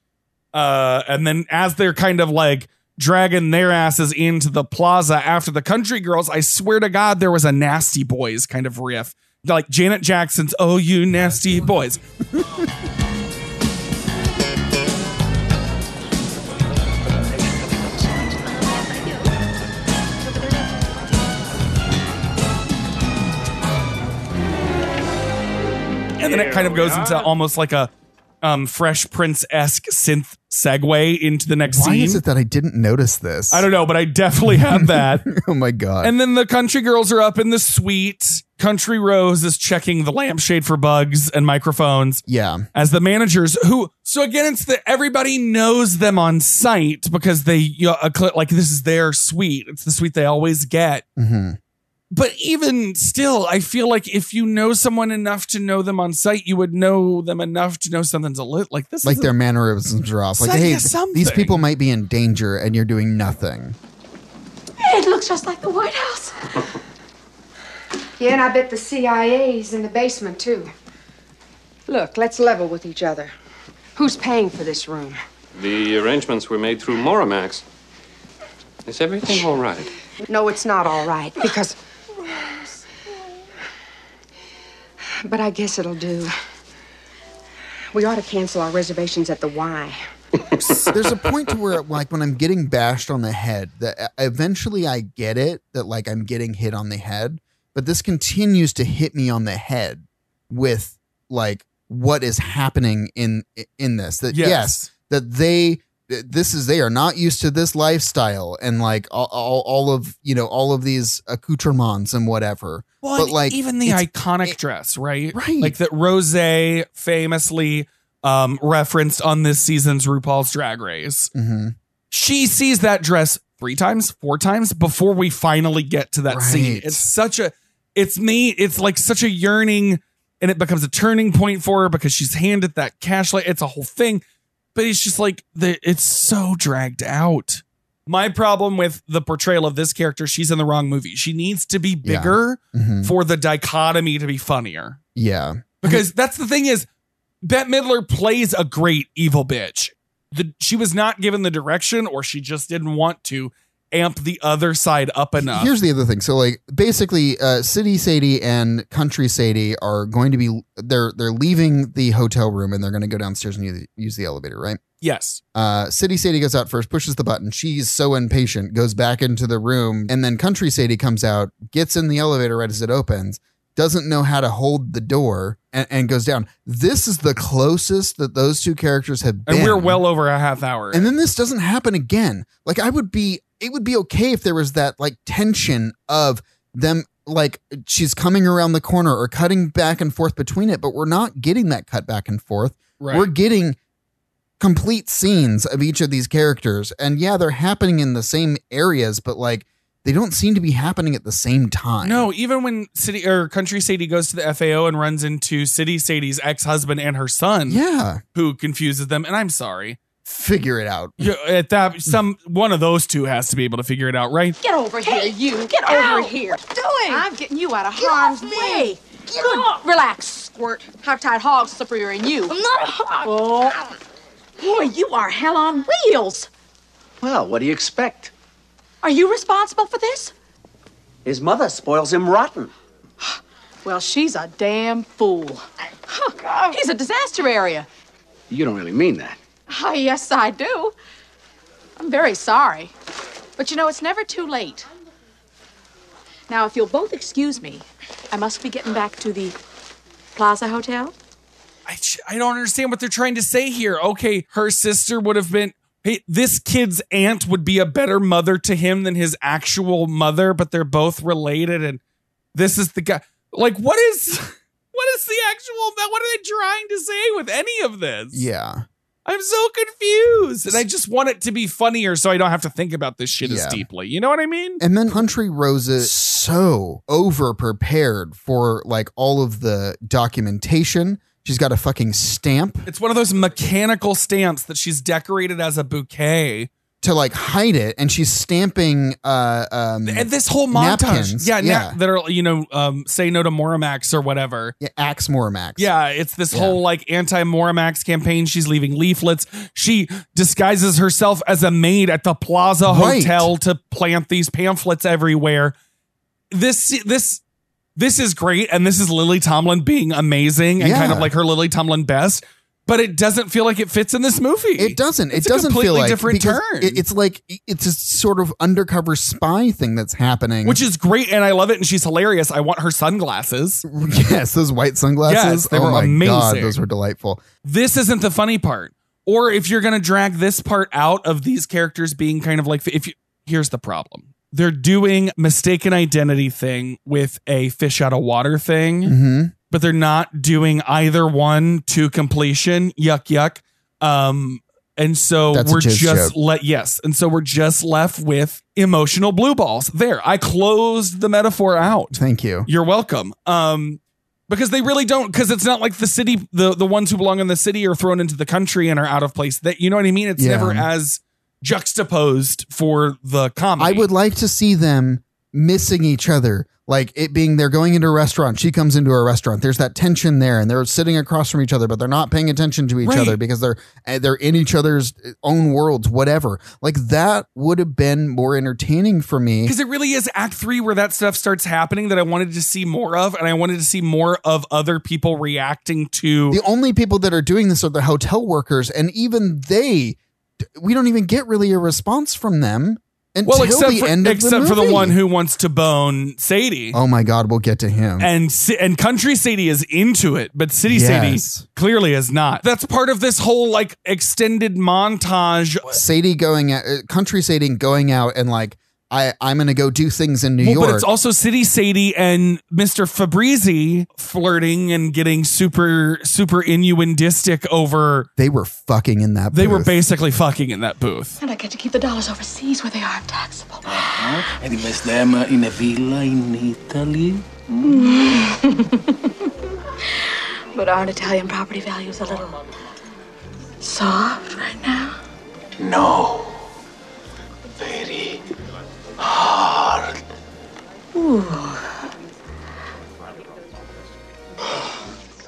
B: Uh, and then as they're kind of like dragging their asses into the plaza after the country girls, I swear to God, there was a nasty boys kind of riff. Like Janet Jackson's Oh You Nasty Boys. And then it kind of goes into almost like a um, Fresh Prince esque synth segue into the next
C: Why
B: scene.
C: is it that I didn't notice this?
B: I don't know, but I definitely had that.
C: <laughs>
B: <laughs>
C: oh my god.
B: And then the country girls are up in the suite. Country Rose is checking the lampshade for bugs and microphones.
C: Yeah.
B: As the managers who, so again, it's that everybody knows them on site because they, you know, a cl- like this is their suite. It's the suite they always get.
C: Mhm.
B: But even still, I feel like if you know someone enough to know them on site, you would know them enough to know something's a lit. Like this
C: Like
B: is
C: their mannerisms are off. Like,
B: Say
C: hey,
B: something.
C: these people might be in danger, and you're doing nothing.
J: It looks just like the White House. Yeah, and I bet the CIA's in the basement, too. Look, let's level with each other. Who's paying for this room?
P: The arrangements were made through Moramax. Is everything all right?
J: No, it's not all right, because. But I guess it'll do. We ought to cancel our reservations at the Y.
C: There's a point to where, like, when I'm getting bashed on the head, that uh, eventually I get it that like I'm getting hit on the head, but this continues to hit me on the head with like what is happening in in this. That yes,
B: Yes.
C: that they th- this is they are not used to this lifestyle and like all, all, all of you know all of these accoutrements and whatever.
B: Well,
C: but
B: and
C: like
B: even the
C: it's-
B: iconic dress, right?
C: Right.
B: Like that Rose famously um, referenced on this season's RuPaul's Drag Race.
C: Mhm.
B: She sees that dress three times, four times before we finally get to that scene.
C: Right.
B: It's such a, it's me, it's like such a yearning and it becomes a turning point for her because she's handed that cash. Like it's a whole thing, but it's just like, the, it's so dragged out. My problem with the portrayal of this character, she's in the wrong movie. She needs to be
C: Yeah.
B: bigger
C: Mhm.
B: for the dichotomy to be funnier.
C: yeah.
B: Because that's the thing is, Bette Midler plays a great evil bitch. The, she was not given the direction, or she just didn't want to amp the other side up enough.
C: Here's the other thing. So like basically uh City Sadie and Country Sadie are going to be they're they're leaving the hotel room and they're going to go downstairs and use, use the elevator, right?
B: Yes.
C: Uh City Sadie goes out first, pushes the button. She's so impatient, goes back into the room, and then Country Sadie comes out, gets in the elevator right as it opens, doesn't know how to hold the door and, and goes down. This is the closest that those two characters have been.
B: And we're well over a half hour.
C: And then this doesn't happen again. Like I would be it would be okay if there was that like tension of them like she's coming around the corner or cutting back and forth between it, but we're not getting that cut back and forth.
B: Right.
C: We're getting complete scenes of each of these characters. And yeah, they're happening in the same areas, but like they don't seem to be happening at the same time.
B: No, even when City or Country Sadie goes to the FAO and runs into City Sadie's ex-husband and her son.
C: Yeah.
B: Who confuses them. And I'm sorry
C: figure it out.
B: Yeah, at that, some one of those two has to be able to figure it out, right?
K: Get over here, hey, you! Get over here! What
L: you doing?
K: I'm getting you out of harm's way.
L: Get
K: Good.
L: off.
K: Relax, squirt. Hogtied hog's slippery than you.
L: I'm not a hog.
K: Oh. Boy, you are hell on wheels.
O: Well, what do you expect?
K: Are you responsible for this?
O: His mother spoils him rotten.
K: Well, she's a damn fool.
L: Oh.
K: Huh, He's a disaster area.
O: You don't really mean that.
K: Oh, yes, I do. I'm very sorry. But you know, it's never too late. Now, if you'll both excuse me, I must be getting back to the Plaza Hotel.
B: I, sh- I don't understand what they're trying to say here. Okay, her sister would have been. Hey, this kid's aunt would be a better mother to him than his actual mother, but they're both related, and this is the guy. Like, what is, <laughs> what is the actual? What are they trying to say with any of this?
C: Yeah.
B: I'm so confused. And I just want it to be funnier so I don't have to think about this shit as
C: Yeah.
B: deeply. You know what I mean?
C: And then Country Rosa so over prepared for like all of the documentation. She's got a fucking stamp
B: It's one of those mechanical stamps that she's decorated as a bouquet.
C: to like hide it, and she's stamping uh um
B: And this whole montage.
C: napkins.
B: Yeah, na-
C: yeah.
B: that are, you know, um, say no to Morimax or whatever.
C: yeah, Axe Moramax.
B: Yeah, it's this whole like anti Morimax campaign. She's leaving leaflets. She disguises herself as a maid at the Plaza
C: Right.
B: Hotel to plant these pamphlets everywhere. This this this is great, and this is Lily Tomlin being amazing and
C: Yeah.
B: kind of like her Lily Tomlin best. But it doesn't feel like it fits in this movie.
C: It doesn't.
B: It's
C: it
B: a
C: doesn't feel
B: completely
C: like
B: different
C: because
B: turn.
C: it- it's like it's a sort of undercover spy thing that's happening.
B: which is great, and I love it, and she's hilarious. I want her sunglasses.
C: <laughs> yes, those white sunglasses.
B: Yes, they
C: oh
B: were
C: my God,
B: amazing.
C: those were delightful.
B: this isn't the funny part. Or if you're going to drag this part out of these characters being kind of like, if you, here's the problem. They're doing mistaken identity thing with a fish out of water thing,
C: Mhm.
B: but they're not doing either one to completion. Yuck, yuck. Um, and so
C: That's a
B: we're
C: jizz
B: just
C: joke.
B: let yes, and so we're just left with emotional blue balls. There, I closed the metaphor out.
C: Thank you.
B: You're welcome. Um, because they really don't. Because it's not like the city, the the ones who belong in the city are thrown into the country and are out of place. That you know what I mean. It's
C: Yeah.
B: never as juxtaposed for the
C: I
B: comedy.
C: would like to see them missing each other. Like it being they're going into a restaurant, she comes into a restaurant. There's that tension there, and they're sitting across from each other, but they're not paying attention to each
B: Right.
C: other because they're eh, they're in each other's eh, own worlds, whatever. Like that would have been more entertaining for me.
B: Because it really is Act Three where that stuff starts happening that I wanted to see more of, and I wanted to see more of other people reacting to.
C: The only people that are doing this are the hotel workers, and even they, we don't even get really a response from them until
B: well, except
C: the
B: for,
C: end of
B: except
C: the
B: for the
C: movie.
B: one who wants to bone Sadie.
C: Oh my God, we'll get to him.
B: and Ci- and country Sadie is into it, but city
C: Yes.
B: Sadie clearly is not. That's part of this whole like extended montage.
C: Sadie going out, uh, country Sadie going out and like, I, I'm going to go do things in New
B: Well,
C: York.
B: but it's also City Sadie and Mr. Fabrizi flirting and getting super super innuendistic over.
C: they were fucking in that
B: They were
C: booth.
B: basically fucking in that booth.
K: And I get to keep the dollars overseas where they are taxable.
Q: And invest them uh, in a villa in Italy.
K: But aren't Italian property values a little soft right now?
Q: No. Very hard.
K: Ooh.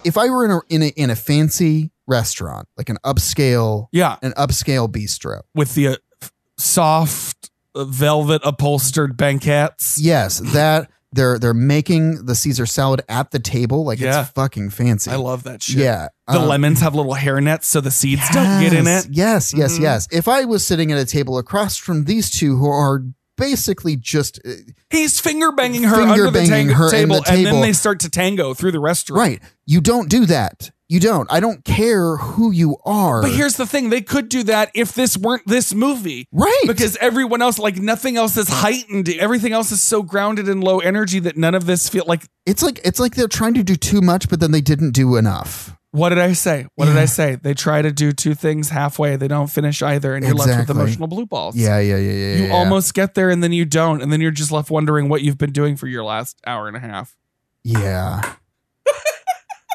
C: if I were in a in a in a fancy restaurant, like an upscale,
B: yeah,
C: an upscale bistro,
B: with the uh, f- soft uh, velvet upholstered banquettes.
C: yes, that they're they're making the Caesar salad at the table, like
B: Yeah.
C: it's fucking fancy.
B: I love that shit.
C: Yeah,
B: The
C: um,
B: lemons have little hairnets so the seeds don't get in
C: Yes,
B: it.
C: Yes, yes,
B: Mhm.
C: yes. If I was sitting at a table across from these two who are basically just uh,
B: He's finger banging her
C: Finger
B: under the,
C: banging
B: tang-
C: her in
B: table,
C: the
B: and then
C: table.
B: they start to tango through the restaurant.
C: right, you don't do that. You don't. I don't care who you are.
B: But here's the thing: they could do that if this weren't this movie,
C: Right.
B: Because everyone else, like nothing else, is heightened. Everything else is so grounded and low energy that none of this feel like.
C: it's like it's like they're trying to do too much, but then they didn't do enough.
B: What did I say? What did I say? They try to do two things halfway. They don't finish either, and you're left with
C: Exactly.
B: emotional blue balls.
C: Yeah, yeah, yeah, yeah.
B: You
C: yeah.
B: almost get there, and then you don't, and then you're just left wondering what you've been doing for your last hour and a half. <laughs>
C: Yeah.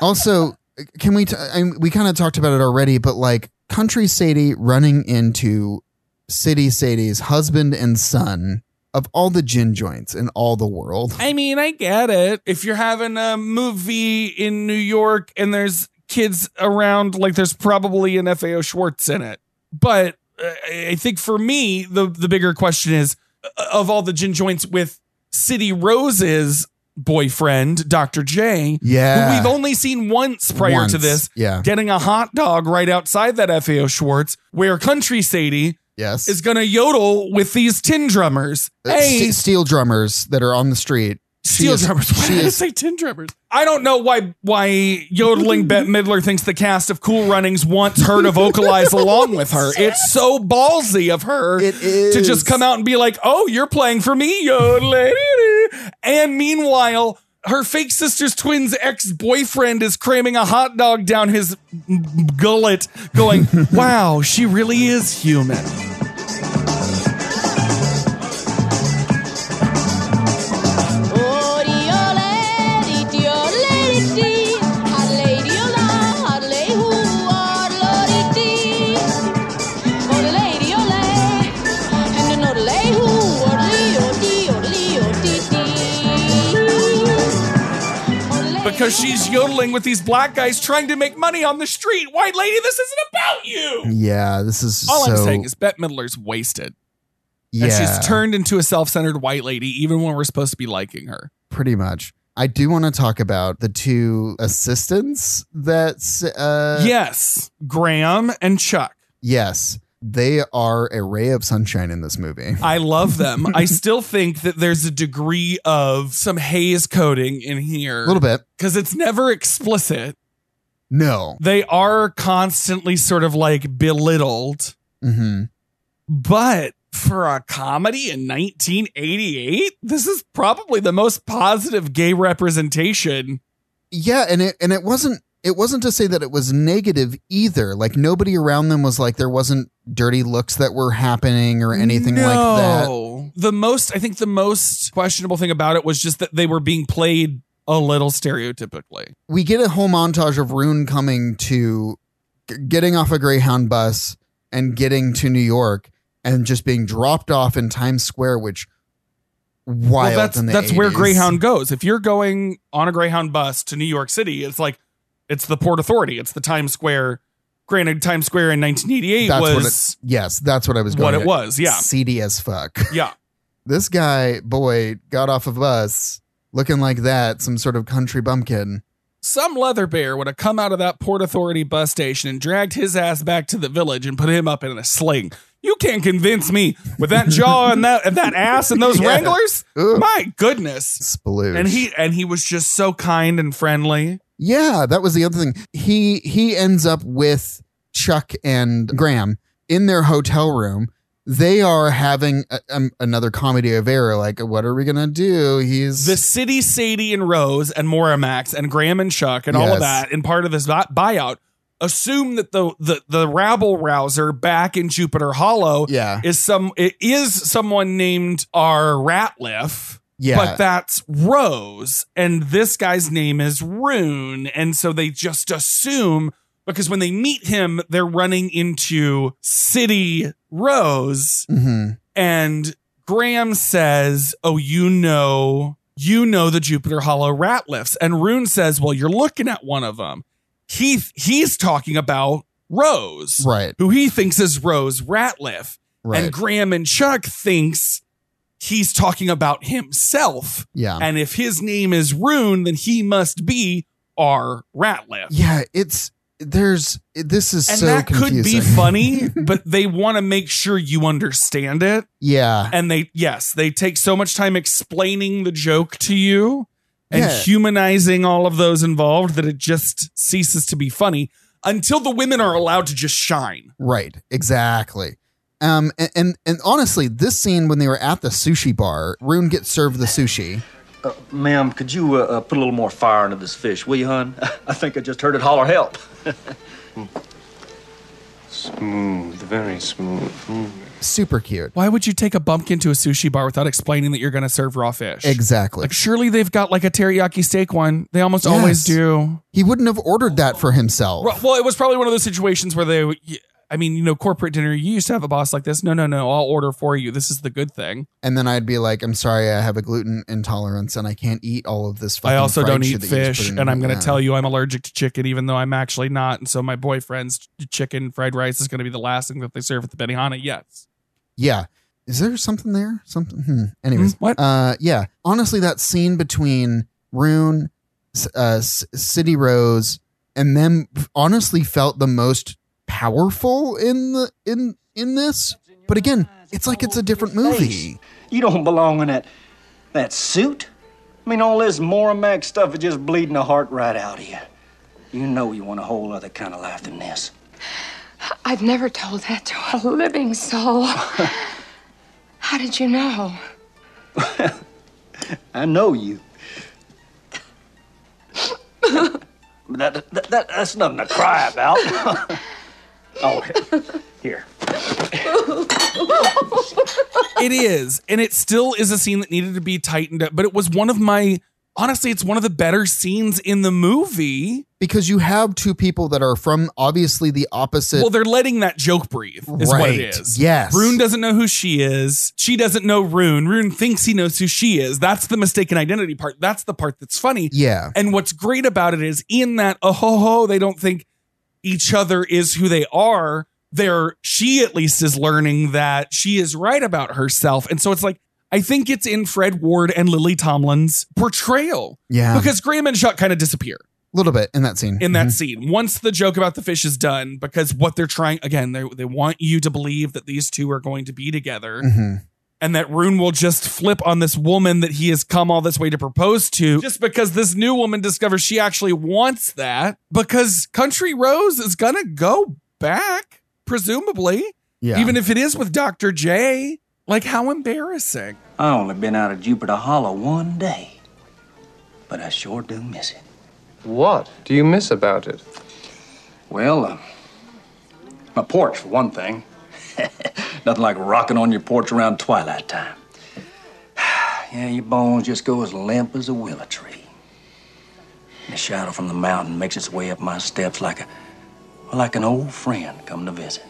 C: also, can we? T- I mean, we kind of talked about it already, but like country Sadie running into city Sadie's husband and son of all the gin joints in all the world.
B: I mean, I get it. If you're having a movie in New York and there's kids around, like there's probably an FAO Schwartz in it. But uh, I I think for me, the the bigger question is uh, of all the gin joints with City Rose's boyfriend, Dr. J,
C: Yeah.
B: who we've only seen once prior to
C: Once,
B: this,
C: yeah.
B: getting a hot dog right outside that FAO Schwartz, where Country Sadie
C: Yes.
B: is going to yodel with these tin drummers.
C: Uh,
B: Hey,
C: st- steel drummers that are on the street. She
B: Steel
C: is-
B: drummers. Why
C: She
B: did I
C: is
B: say tin drummers? I don't know why why yodeling Bette Midler thinks the cast of Cool Runnings wants her to vocalize along with <laughs> her. It's so ballsy of her
C: It
B: to
C: is.
B: just come out and be like, "Oh, you're playing for me, yodeling," and meanwhile. Her fake sister's twin's ex boyfriend is cramming a hot dog down his m- gullet,
C: <laughs>
B: going, Wow, she really is human. Because she's yodeling with these black guys trying to make money on the street. White lady, this isn't about you.
C: yeah. This is
B: All
C: so,
B: I'm saying is Bette Midler's wasted.
C: yeah.
B: And she's turned into a self centered white lady, even when we're supposed to be liking her.
C: pretty much. I do want to talk about the two assistants that uh
B: yes, Graham and Chuck.
C: yes, they are a ray of sunshine in this movie.
B: I love them.
C: <laughs>
B: I still think that there's a degree of some haze coding in here.
C: A little bit.
B: Because it's never explicit.
C: No.
B: They are constantly sort of like belittled.
C: Mm-hmm.
B: But for a comedy in 1988, this is probably the most positive gay representation.
C: Yeah, and it and it wasn't it wasn't to say that it was negative either. Like nobody around them was like there wasn't dirty looks that were happening or anything like that.
B: No. The most, I think, the most questionable thing about it was just that they were being played a little stereotypically.
C: We get a whole montage of Rune coming to g- getting off a Greyhound bus and getting to New York and just being dropped off in Times Square, which wild.
B: well, that's
C: in the
B: that's where
C: 80s.
B: Greyhound goes. If you're going on a Greyhound bus to New York City, it's like it's the Port Authority. It's the Times Square. Granted, Times Square in 1988
C: That's what
B: was
C: it, yes, that's what I was
B: what
C: going
B: it
C: at.
B: was, yeah.
C: seedy as fuck. <laughs>
B: yeah.
C: this guy boy got off of us looking like that some sort of country bumpkin
B: Some leather bear would have come out of that Port Authority bus station and dragged his ass back to the village and put him up in a sling. You can't convince me with
C: <laughs>
B: that jaw and that and that ass and those
C: Yeah.
B: Wranglers.
C: Ugh.
B: My goodness.
C: sploosh
B: and he and he was just so kind and friendly
C: yeah that was the other thing he he ends up with chuck and graham in their hotel room they are having a, um, another comedy of error like what are we gonna do he's
B: the city sadie and rose and mora max and graham and chuck and all of
C: Yes.
B: that and part of this bu- buyout assume that the the, the rabble rouser back in jupiter hollow
C: yeah
B: is some it is someone named r ratliff
C: Yeah.
B: but that's rose and this guy's name is rune and so they just assume because when they meet him they're running into city rose
C: Mhm.
B: and Graham says, "Oh, you know you know the Jupiter Hollow rat lifts. And Rune says, well, you're looking at one of them. Heath, he's talking about Rose,
C: right?
B: Who he thinks is Rose Ratliff.
C: Right.
B: And Graham and Chuck thinks he's talking about himself.
C: Yeah.
B: And if his name is Rune, then he must be R. Ratliff.
C: Yeah, it's there's this is
B: and
C: so
B: that could be
C: confusing.
B: funny, but they want to make sure you understand it.
C: <laughs> yeah,
B: And they, yes, they take so much time explaining the joke to you and
C: Yeah.
B: humanizing all of those involved that it just ceases to be funny until the women are allowed to just shine.
C: right, exactly. Um, and, and and honestly, this scene when they were at the sushi bar, Rune gets served the sushi.
R: Uh, ma'am, could you uh, uh, put a little more fire into this fish, will you, hon? <laughs> I think I just heard it holler help.
P: Smooth, very smooth. Mm.
C: Super cute.
B: Why would you take a bumpkin to a sushi bar without explaining that you're going to serve raw fish?
C: Exactly.
B: Like, surely they've got like a teriyaki steak one. They almost always
C: Yes.
B: do.
C: He wouldn't have ordered that for himself.
B: Ru- Well, it was probably one of those situations where they, I mean, you know, corporate dinner, you used to have a boss like this. No, no, no, I'll order for you. This is the good thing.
C: And then I'd be like, I'm sorry, I have a gluten intolerance and I can't eat all of this fucking
B: I also
C: fried
B: don't
C: shit
B: eat
C: that you
B: fish,
C: just put in
B: and
C: me."
B: I'm going to
C: Yeah.
B: tell you I'm allergic to chicken, even though I'm actually not. And so my boyfriend's ch- chicken fried rice is going to be the last thing that they serve at the Benihana. Yes.
C: Yeah. Is there something there? Something? Hmm. Anyways, what? Uh, yeah. Honestly, that scene between Rune, S- uh, S- City Rose, and them honestly felt the most powerful in the in in this. But again, it's like it's a different movie.
R: You don't belong in that that suit. I mean, all this Moramax stuff is just bleeding the heart right out of you. You know you want a whole other kind of life than this.
J: I've never told that to a living soul. How did you know?
R: I know you. <laughs> But that, that, that, that's nothing to cry about. oh, here.
B: it is. And it still is a scene that needed to be tightened up, but it was one of my, honestly, it's one of the better scenes in the movie.
C: Because you have two people that are from obviously the opposite.
B: Well, they're letting that joke breathe, is what
C: Right.
B: it is.
C: Yes.
B: Rune doesn't know who she is. She doesn't know Rune. Rune thinks he knows who she is. That's the mistaken identity part. That's the part that's funny.
C: Yeah.
B: And what's great about it is in that, oh ho ho, they don't think each other is who they are. They're, she at least is learning that she is right about herself. And so it's like, I think it's in Fred Ward and Lily Tomlin's portrayal.
C: Yeah.
B: Because Graham and Chuck kind of disappear
C: a little bit in that scene.
B: in that scene once the joke about the fish is done because what they're trying again they, they want you to believe that these two are going to be together
C: Mhm.
B: and that rune will just flip on this woman that he has come all this way to propose to just because this new woman discovers she actually wants that because country rose is gonna go back presumably
R: Yeah.
B: even if it is with dr j like how embarrassing
R: I only been out of Jupiter Hollow one day, but I sure do miss it.
P: What do you miss about it?
R: Well, uh, my porch, for one thing. <laughs> Nothing like rocking on your porch around twilight time. <sighs> yeah, your bones just go as limp as a willow tree. The shadow from the mountain makes its way up my steps like a, well, like an old friend come to visit.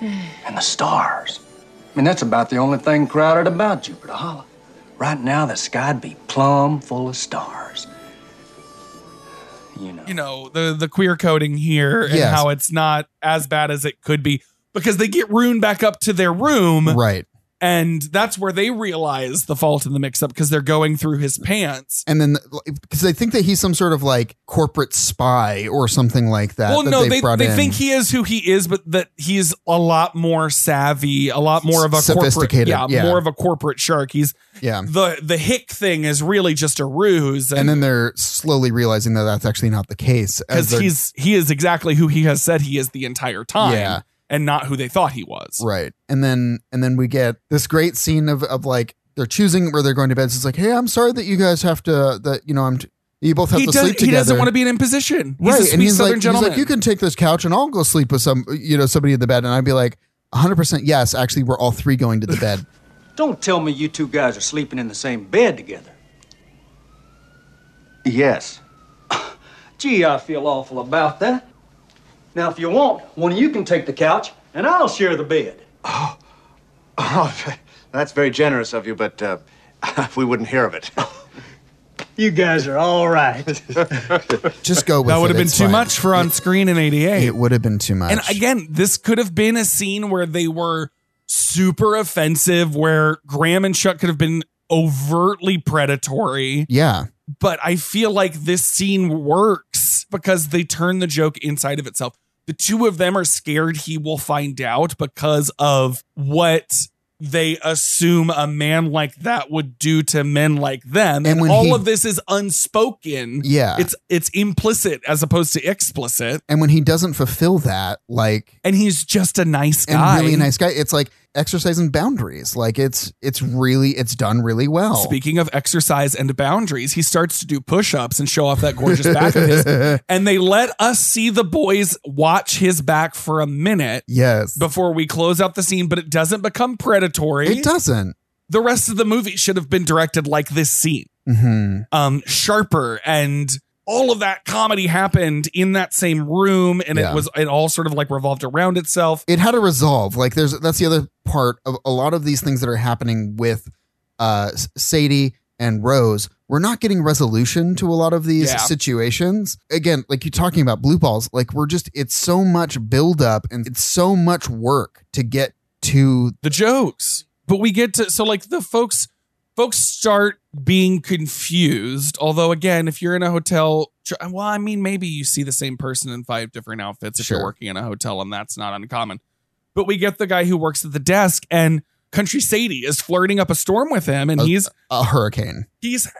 R: And the stars. I mean, that's about the only thing crowded about Jupiter Hollow. Right now, the sky'd be plumb full of stars. You know.
B: you know the the queer coding here and
R: Yes.
B: how it's not as bad as it could be because they get Rune back up to their room
C: Right.
B: and that's where they realize the fault in the mix up because they're going through his pants.
C: And then, because they think that he's some sort of like corporate spy or something like that.
B: well,
C: that
B: no,
C: they've
B: they,
C: brought
B: they
C: in.
B: think he is who he is, but that he's a lot more savvy, a lot more of a
C: Sophisticated,
B: corporate,
C: yeah.
B: more of a corporate shark. He's
C: Yeah.
B: the the hick thing is really just a ruse,
C: and then they're slowly realizing that that's actually not the case as
B: because
C: they're-
B: he's he is exactly who he has said he is the entire time,
C: Yeah.
B: and not who they thought he was.
C: right and then and then we get this great scene of of like they're choosing where they're going to bed so it's like hey i'm sorry that you guys have to that you know i'm t- you both have
B: He
C: to
B: does.
C: sleep
B: He
C: together
B: doesn't want to be in imposition. He's
C: right
B: a sweet
C: and he's
B: Southern
C: like, he's like,
B: gentleman.
C: you can take this couch and i'll go sleep with some you know somebody in the bed and i'd be like 100% yes actually we're all three going to the bed
R: Don't tell me you two guys are sleeping in the same bed together. Yes. Gee, I feel awful about that. Now, if you want, one of you can take the couch, and I'll share the bed.
S: <laughs> Oh, that's very generous of you, but uh, we wouldn't hear of it. You guys are all right.
C: Just go with
B: That would
C: it,
B: have been
C: it's
B: too
C: fine.
B: much for on screen in 88.
C: It would have been too much.
B: And again, this could have been a scene where they were super offensive, where Graham and Chuck could have been overtly predatory.
C: yeah.
B: But I feel like this scene works because they turn the joke inside of itself. The two of them are scared he will find out because of what they assume a man like that would do to men like them. And,
C: when
B: all
C: he-
B: of this is unspoken.
C: Yeah.
B: It's it's implicit as opposed to explicit.
C: And when he doesn't fulfill that, like
B: And he's just a nice
C: and
B: guy.
C: really nice guy, it's like exercising boundaries. Like it's it's really it's done really well.
B: Speaking of exercise and boundaries, he starts to do push-ups and show off that gorgeous back of
C: <laughs>
B: his. And they let us see the boys watch his back for a minute
C: Yes.
B: before we close out the scene, but it doesn't become predatory.
C: It doesn't.
B: The rest of the movie should have been directed like this scene.
C: hmm
B: um, sharper and all of that comedy happened in that same room and
C: Yeah.
B: it was it all sort of like revolved around itself
C: It had a resolve. Like there's that's the other part of a lot of these things that are happening with uh S- Sadie and Rose. We're not getting resolution to a lot of these
B: Yeah.
C: situations. Again, like you're talking about blue balls, like we're just it's so much buildup and it's so much work to get to
B: the jokes but we get to so like the folks folks start being confused although again if you're in a hotel tr- well i mean maybe you see the same person in five different outfits if you're
C: Sure.
B: working in a hotel and that's not uncommon but we get the guy who works at the desk and country sadie is flirting up a storm with him and
C: a-
B: he's
C: a hurricane.
B: he's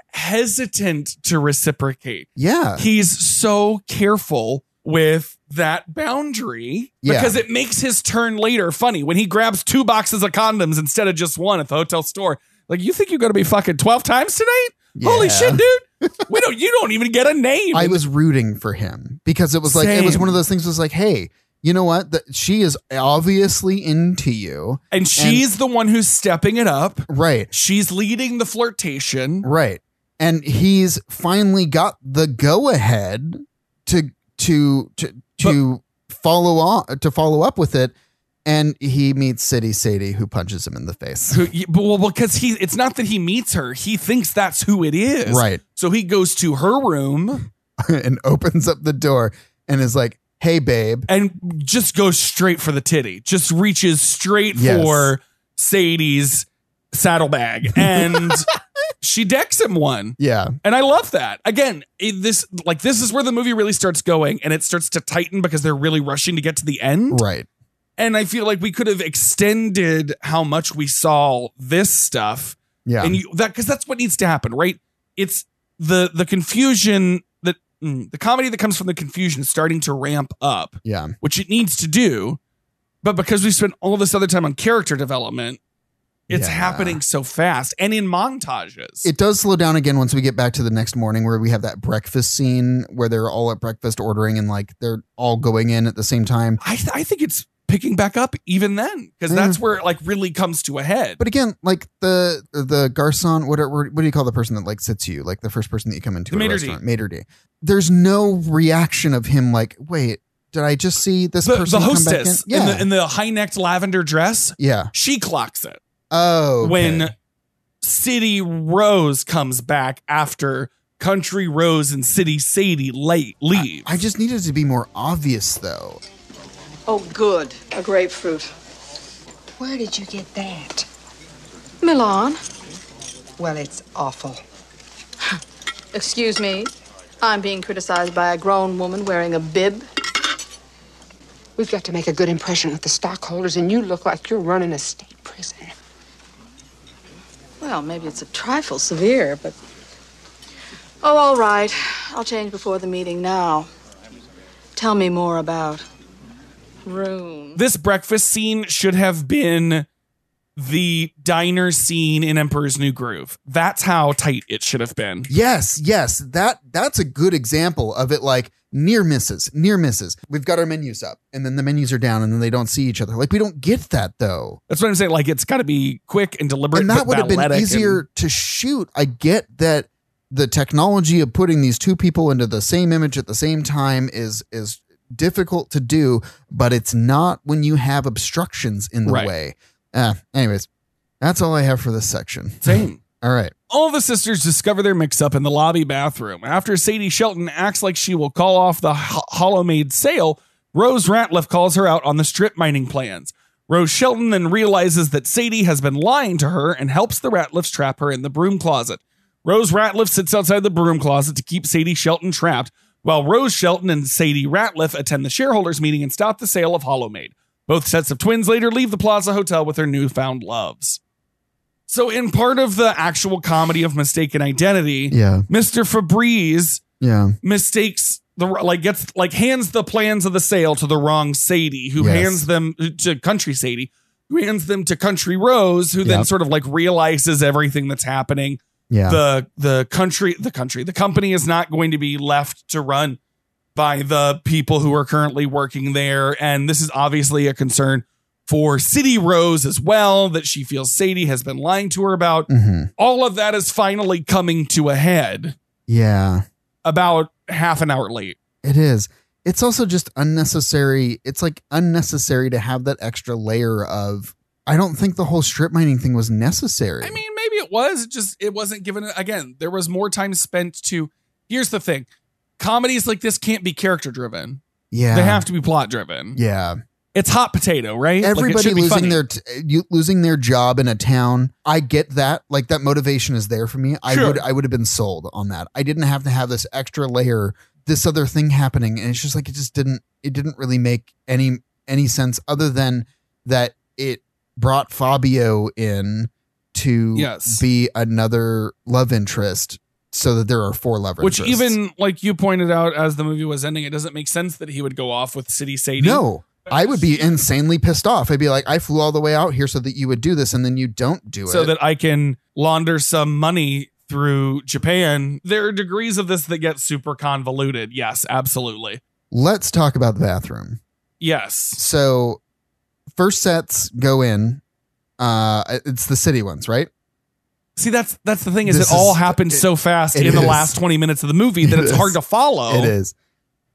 B: hesitant to reciprocate
C: Yeah.
B: he's so careful with that boundary
C: Yeah.
B: because it makes his turn later funny when he grabs two boxes of condoms instead of just one at the hotel store. Like, you think you're going to be fucking 12 times tonight? Holy
C: Yeah.
B: shit,
C: <laughs>
B: dude. We don't, you don't even get a name.
C: I was rooting for him because it was like it was
B: Same.
C: one of those things. Was like, hey, you know what? That she is obviously into you,
B: and she's the one who's stepping it up.
C: right?
B: She's leading the flirtation.
C: Right. And he's finally got the go ahead to to to to follow on to follow up with it, and he meets City Sadie, who punches him in the face. <laughs>
B: Who, y- but- well, because he, it's not that he meets her, he thinks that's who it is.
C: Right.
B: So he goes to her room
C: and opens up the door and is like, "Hey, babe."
B: and just goes straight for the titty, just reaches straight
C: Yes.
B: for Sadie's
C: <laughs>
B: saddlebag. And she decks him one.
C: Yeah.
B: And I love that. Again, it, this like this is where the movie really starts going and it starts to tighten because they're really rushing to get to the end.
C: Right.
B: And I feel like we could have extended how much we saw this stuff.
C: Yeah.
B: And you, that cuz that's what needs to happen, right? It's the the confusion that mm, the comedy that comes from the confusion starting to ramp up
C: yeah.
B: which it needs to do. But because we spent all this other time on character development, it's
C: Yeah.
B: happening so fast and in montages.
C: It does slow down again once we get back to the next morning where we have that breakfast scene where they're all at breakfast ordering and like they're all going in at the same time.
B: I, th- I think it's picking back up even then because that's where it like really comes to a head.
C: Mm-hmm. But again, like the the garçon, what, are- what do you call the person that like sits you, like the first person that you come into
B: The
C: a
B: maitre d'.
C: restaurant, maitre d'. There's no reaction of him like, wait, did I just see this
B: the, the
C: person come back in?
B: hostess in?
C: Yeah,
B: the, in the high necked lavender dress,
C: yeah.
B: she clocks it
C: Oh, okay.
B: when City Rose comes back after Country Rose and City Sadie late leave.
C: I just needed to be more obvious though.
K: Oh, good.
D: A grapefruit.
H: Where did you get that?
K: Milan,
H: Well, it's awful.
K: excuse me. I'm being criticized by a grown woman wearing a bib.
M: We've got to make a good impression with the stockholders, and you look like you're running a state prison.
K: Well, maybe it's a trifle severe, but. Oh, all right. I'll change before the meeting now. Tell me more about Rune.
B: this breakfast scene should have been the diner scene in Emperor's New Groove. That's how tight it should have been.
C: Yes, yes, that that's a good example of it. Like near misses, near misses. We've got our menus up, and then the menus are down, and then they don't see each other. Like we don't get that though.
B: That's what I'm saying. Like it's got to be quick and deliberate.
C: and
B: but
C: that would have been
B: balletic
C: easier
B: and-
C: to shoot. I get that the technology of putting these two people into the same image at the same time is is difficult to do, but it's not when you have obstructions in the Ah,
B: Right.
C: way. Uh, anyways, that's all I have for this section.
B: Same.
C: All right.
B: All the sisters discover their mix up in the lobby bathroom. After Sadie Shelton acts like she will call off the ho- Hollow Maid sale, Rose Ratliff calls her out on the strip mining plans. Rose Shelton then realizes that Sadie has been lying to her and helps the Ratliffs trap her in the broom closet. Rose Ratliff sits outside the broom closet to keep Sadie Shelton trapped, while Rose Shelton and Sadie Ratliff attend the shareholders meeting and stop the sale of Hollow Maid. Both sets of twins later leave the Plaza Hotel with their newfound loves. So, in part of the actual comedy of mistaken identity,
C: Yeah.
B: Mr. Febreze
C: Yeah.
B: mistakes the like gets like hands the plans of the sale to the wrong Sadie, who
C: Yes.
B: hands them to Country Sadie, who hands them to Country Rose, who then
C: Yep.
B: sort of like realizes everything that's happening.
C: Yeah.
B: The the country the country the company is not going to be left to run by the people who are currently working there, and this is obviously a concern for City Rose as well that she feels Sadie has been lying to her about.
C: Mhm.
B: All of that is finally coming to a head
C: Yeah.
B: about half an hour late.
C: It is. It's also just unnecessary. It's like unnecessary to have that extra layer of. I don't think the whole strip mining thing was necessary.
B: I mean, maybe it was. It just it wasn't given. Again, there was more time spent to. Here's the thing: comedies like this can't be character driven.
C: yeah,
B: They have to be plot driven.
C: Yeah,
B: It's hot potato, right? Like, it
C: everybody
B: should be
C: losing
B: funny.
C: their t- you, losing their job in a town. I get that. Like that motivation is there for me. I
B: Sure.
C: would I would have been sold on that. I didn't have to have this extra layer, this other thing happening, and it's just like it just didn't it didn't really make any any sense other than that it brought Fabio in to
B: Yes.
C: be another love interest, so that there are four love
B: Which
C: interests.
B: even like you pointed out as the movie was ending, it doesn't make sense that he would go off with City Sadie.
C: No, I would be insanely pissed off. I'd be like, I flew all the way out here so that you would do this, and then you don't do it.
B: so that I can launder some money through Japan. There are degrees of this that get super convoluted. Yes, absolutely.
C: let's talk about the bathroom.
B: Yes.
C: So, first sets go in. Uh, it's the city ones, right?
B: See, that's that's the thing is
C: This
B: it all
C: is-
B: happened
C: it-
B: so fast
C: it
B: in the
C: is.
B: last 20 minutes of the movie that
C: It
B: it's
C: is.
B: hard to follow.
C: It is.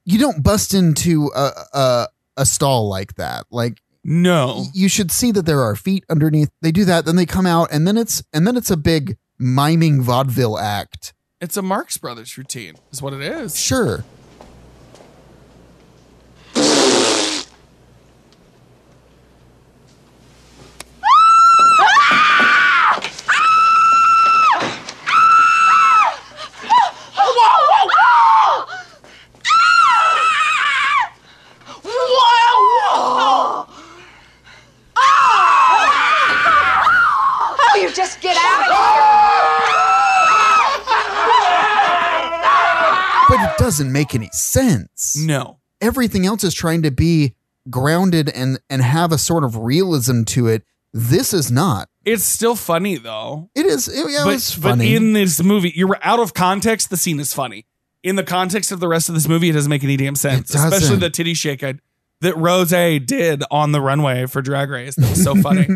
C: You don't bust into a a, a stall like that. Like
B: No.
C: you should see that there are feet underneath. They do that, then they come out, and then it's and then it's a big miming vaudeville act.
B: It's a Marx Brothers routine, is what it is.
C: Sure.
H: Oh, you just get out of here!
C: But it doesn't make any sense.
B: No.
C: everything else is trying to be grounded and and have a sort of realism to it. This is not.
B: It's still funny though.
C: It is. It, yeah,
B: but,
C: it's
B: but
C: funny.
B: in this movie, you're out of context, the scene is funny. In the context of the rest of this movie, it doesn't make any damn sense.
C: It doesn't.
B: Especially the titty shake I, that Rose did on the runway for Drag Race. That was so
C: <laughs>
B: funny.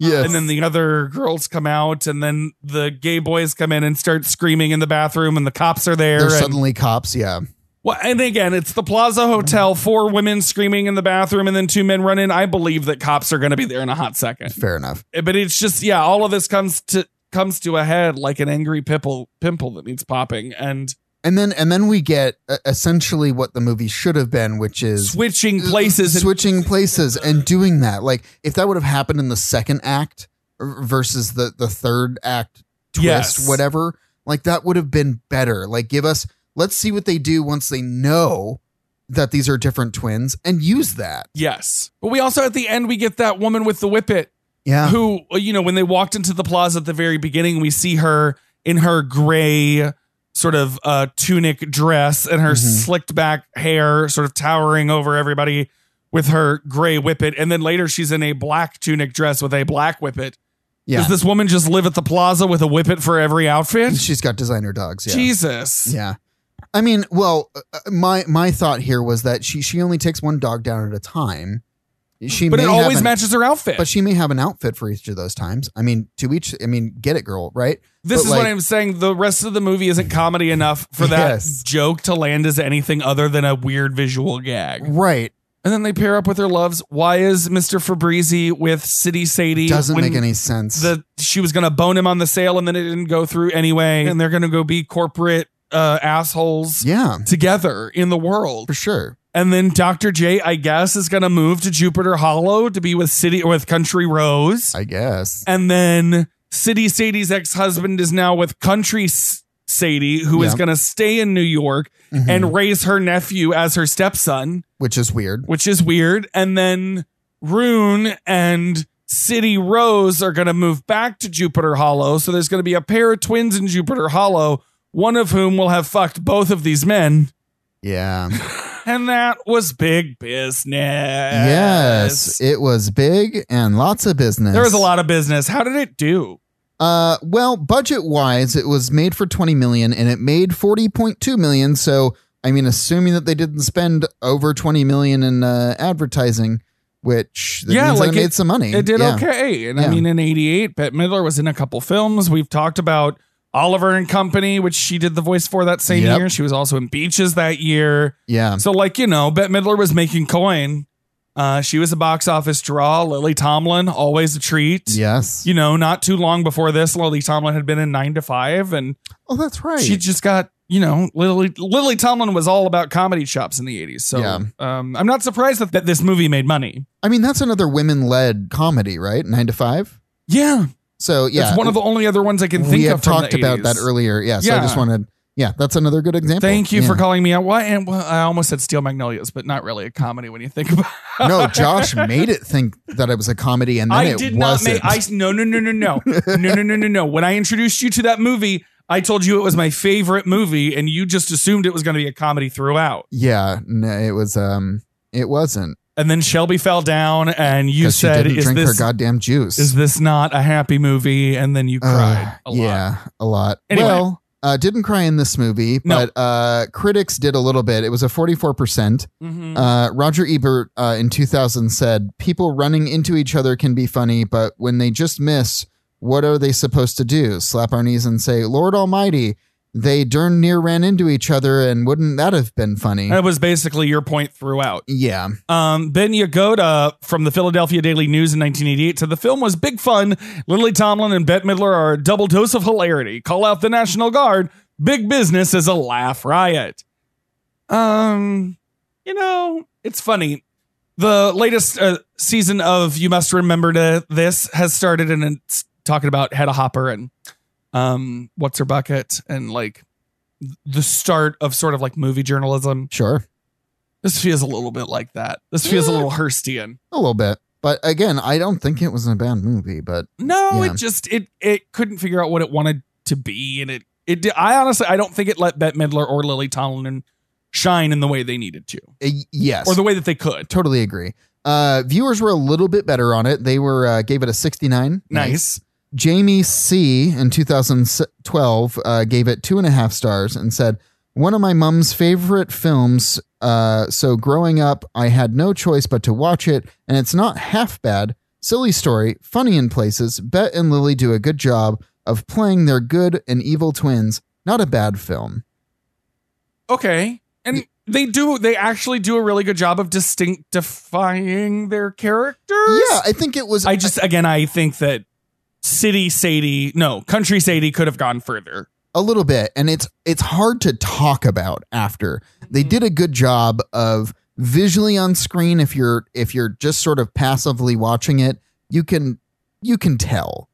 C: yes.
B: And then the other girls come out, and then the gay boys come in and start screaming in the bathroom, and the cops are there.
C: they're
B: and-
C: suddenly cops. Yeah.
B: well, and again, it's the Plaza Hotel, four women screaming in the bathroom, and then two men run in. I believe that cops are going to be there in a hot second.
C: Fair enough.
B: Eh, But it's just, yeah, all of this comes to comes to a head like an angry pimple pimple that needs popping and
C: And then and then we get uh, essentially what the movie should have been, which is uh,
B: switching places. and-
C: switching places and doing that. Like if that would have happened in the second act er, versus the the third act twist,
B: Yes.
C: whatever, like that would have been better. Like give us let's see what they do once they know that these are different twins and use that.
B: yes. But we also at the end we get that woman with the whippet
C: Yeah.
B: who you know when they walked into the plaza at the very beginning we see her in her gray sort of uh tunic dress and her
C: Mm-hmm.
B: slicked back hair sort of towering over everybody with her gray whippet and then later she's in a black tunic dress with a black whippet
C: yeah.
B: does this woman just live at the plaza with a whippet for every outfit
C: She's got designer dogs. Yeah.
B: jesus
C: Yeah. I mean, well, uh, my my thought here was that she she only takes one dog down at a time. She
B: but
C: may
B: it
C: have
B: always
C: an-
B: matches her outfit
C: But she may have an outfit for each of those times. I mean, to each. I mean, get it, girl. Right.
B: This
C: But,
B: is
C: like,
B: what I'm saying. The rest of the movie isn't comedy enough for that
C: Yes.
B: joke to land as anything other than a weird visual gag.
C: Right.
B: And then they pair up with their loves. Why is Mr. Fabrizi with City Sadie?
C: Doesn't
B: when
C: make any sense.
B: The she was gonna bone him on the sale and then it didn't go through anyway. And they're gonna go be corporate uh, assholes
C: yeah,
B: together in the world.
C: for sure.
B: And then Dr. J, I guess, is gonna move to Jupiter Hollow to be with City or with Country Rose.
C: I guess.
B: And then City Sadie's ex husband is now with Country S- Sadie, who is
C: Yeah.
B: going to stay in New York
C: Mhm.
B: and raise her nephew as her stepson,
C: Which is weird.
B: which is weird. And then Rune and City Rose are going to move back to Jupiter Hollow. So there's going to be a pair of twins in Jupiter Hollow, one of whom will have fucked both of these men. <laughs>
C: Yeah.
B: And that was big business.
C: Yes, it was big and lots of business.
B: There was a lot of business. How did it do?
C: Uh, well, budget wise, it was made for 20 million and it made 40.2 million. So, I mean, assuming that they didn't spend over 20 million in uh, advertising, which that means that it made some money.
B: It did
C: Yeah.
B: okay. And I
C: Yeah.
B: mean, in '88, Bette Midler was in a couple films. We've talked about Oliver and Company, which she did the voice for that same
C: Yep.
B: year. She was also in Beaches that year.
C: Yeah.
B: So, like you know, Bette Midler was making coin. Uh, she was a box office draw. Lily Tomlin, always a treat.
C: Yes.
B: You know, not too long before this, Lily Tomlin had been in Nine to Five, and
C: Oh, that's right.
B: she just got you know Lily Lily Tomlin was all about comedy chops in the '80s. So
C: Yeah.
B: um, I'm not surprised that, that this movie made money.
C: I mean, that's another women led comedy, right? Nine to five.
B: Yeah,
C: So, yeah.
B: It's one of the only other ones I can think
C: we
B: of.
C: had
B: from the
C: talked about that
B: 80s.
C: earlier. Yeah. So, I
B: Yeah.
C: just wanted, yeah, that's another good example.
B: Thank you
C: Yeah.
B: for calling me out. Why? And well, I almost said Steel Magnolias, but not really a comedy when you think <laughs> about. it.
C: No, Josh made it think that it was a comedy and then
B: <laughs> I
C: it
B: did not
C: wasn't.
B: make. I no no no no
C: <laughs>
B: no no no no no no. When I introduced you to that movie, I told you it was my favorite movie, and you just assumed it was going to be a comedy throughout.
C: yeah. No, it was, um, it wasn't.
B: And then Shelby fell down, and you
C: 'Cause she
B: said,
C: didn't
B: "Is
C: drink
B: this
C: her goddamn juice. <sighs>
B: is this not a happy movie?" And then you
C: Uh,
B: cried a lot.
C: Yeah, a lot.
B: Anyway.
C: Well, uh, didn't cry in this movie,
B: No.
C: but uh, critics did a little bit. It was a 44%.
B: Mhm.
C: Uh, Roger Ebert uh, in 2000 said, People running into each other can be funny, but when they just miss, what are they supposed to do? Slap our knees and say, Lord Almighty, they darn near ran into each other, and wouldn't that have been funny?
B: That was basically your point throughout.
C: yeah.
B: Um, ben Yagoda from the Philadelphia Daily News in 1988 said the film was big fun. Lily Tomlin and Bette Midler are a double dose of hilarity. Call out the National Guard. Big business is a laugh riot. Um, you know, it's funny. The latest uh, season of You Must Remember to This has started and it's talking about Hedda Hopper and um, What's Her Bucket and like the start of sort of like movie journalism.
C: Sure.
B: This feels a little bit like that. This feels a little Hurstian.
C: A little bit. But again, I don't think it was a bad movie, but
B: No,
C: Yeah.
B: it just it it couldn't figure out what it wanted to be, and it it. Did, I honestly I don't think it let Bette Midler or Lily Tomlin shine in the way they needed to,
C: uh, yes.
B: or the way that they could.
C: Totally agree. Uh, viewers were a little bit better on it. They were uh, gave it a 69.
B: Nice.
C: Jamie C in 2012 uh, gave it two and a half stars and said, "One of my mom's favorite films. Uh, so growing up, I had no choice but to watch it, and it's not half bad. Silly story, funny in places. Bet and Lily do a good job of playing their good and evil twins. Not a bad film.
B: Okay, and they do they actually do a really good job of distinctifying their characters.
C: Yeah, I think it was.
B: I just again I think that City Sadie, no Country Sadie, could have gone further.
C: a little bit and it's it's hard to talk about after they
B: Mm-hmm.
C: did a good job of visually on screen if you're if you're just sort of passively watching it you can you can tell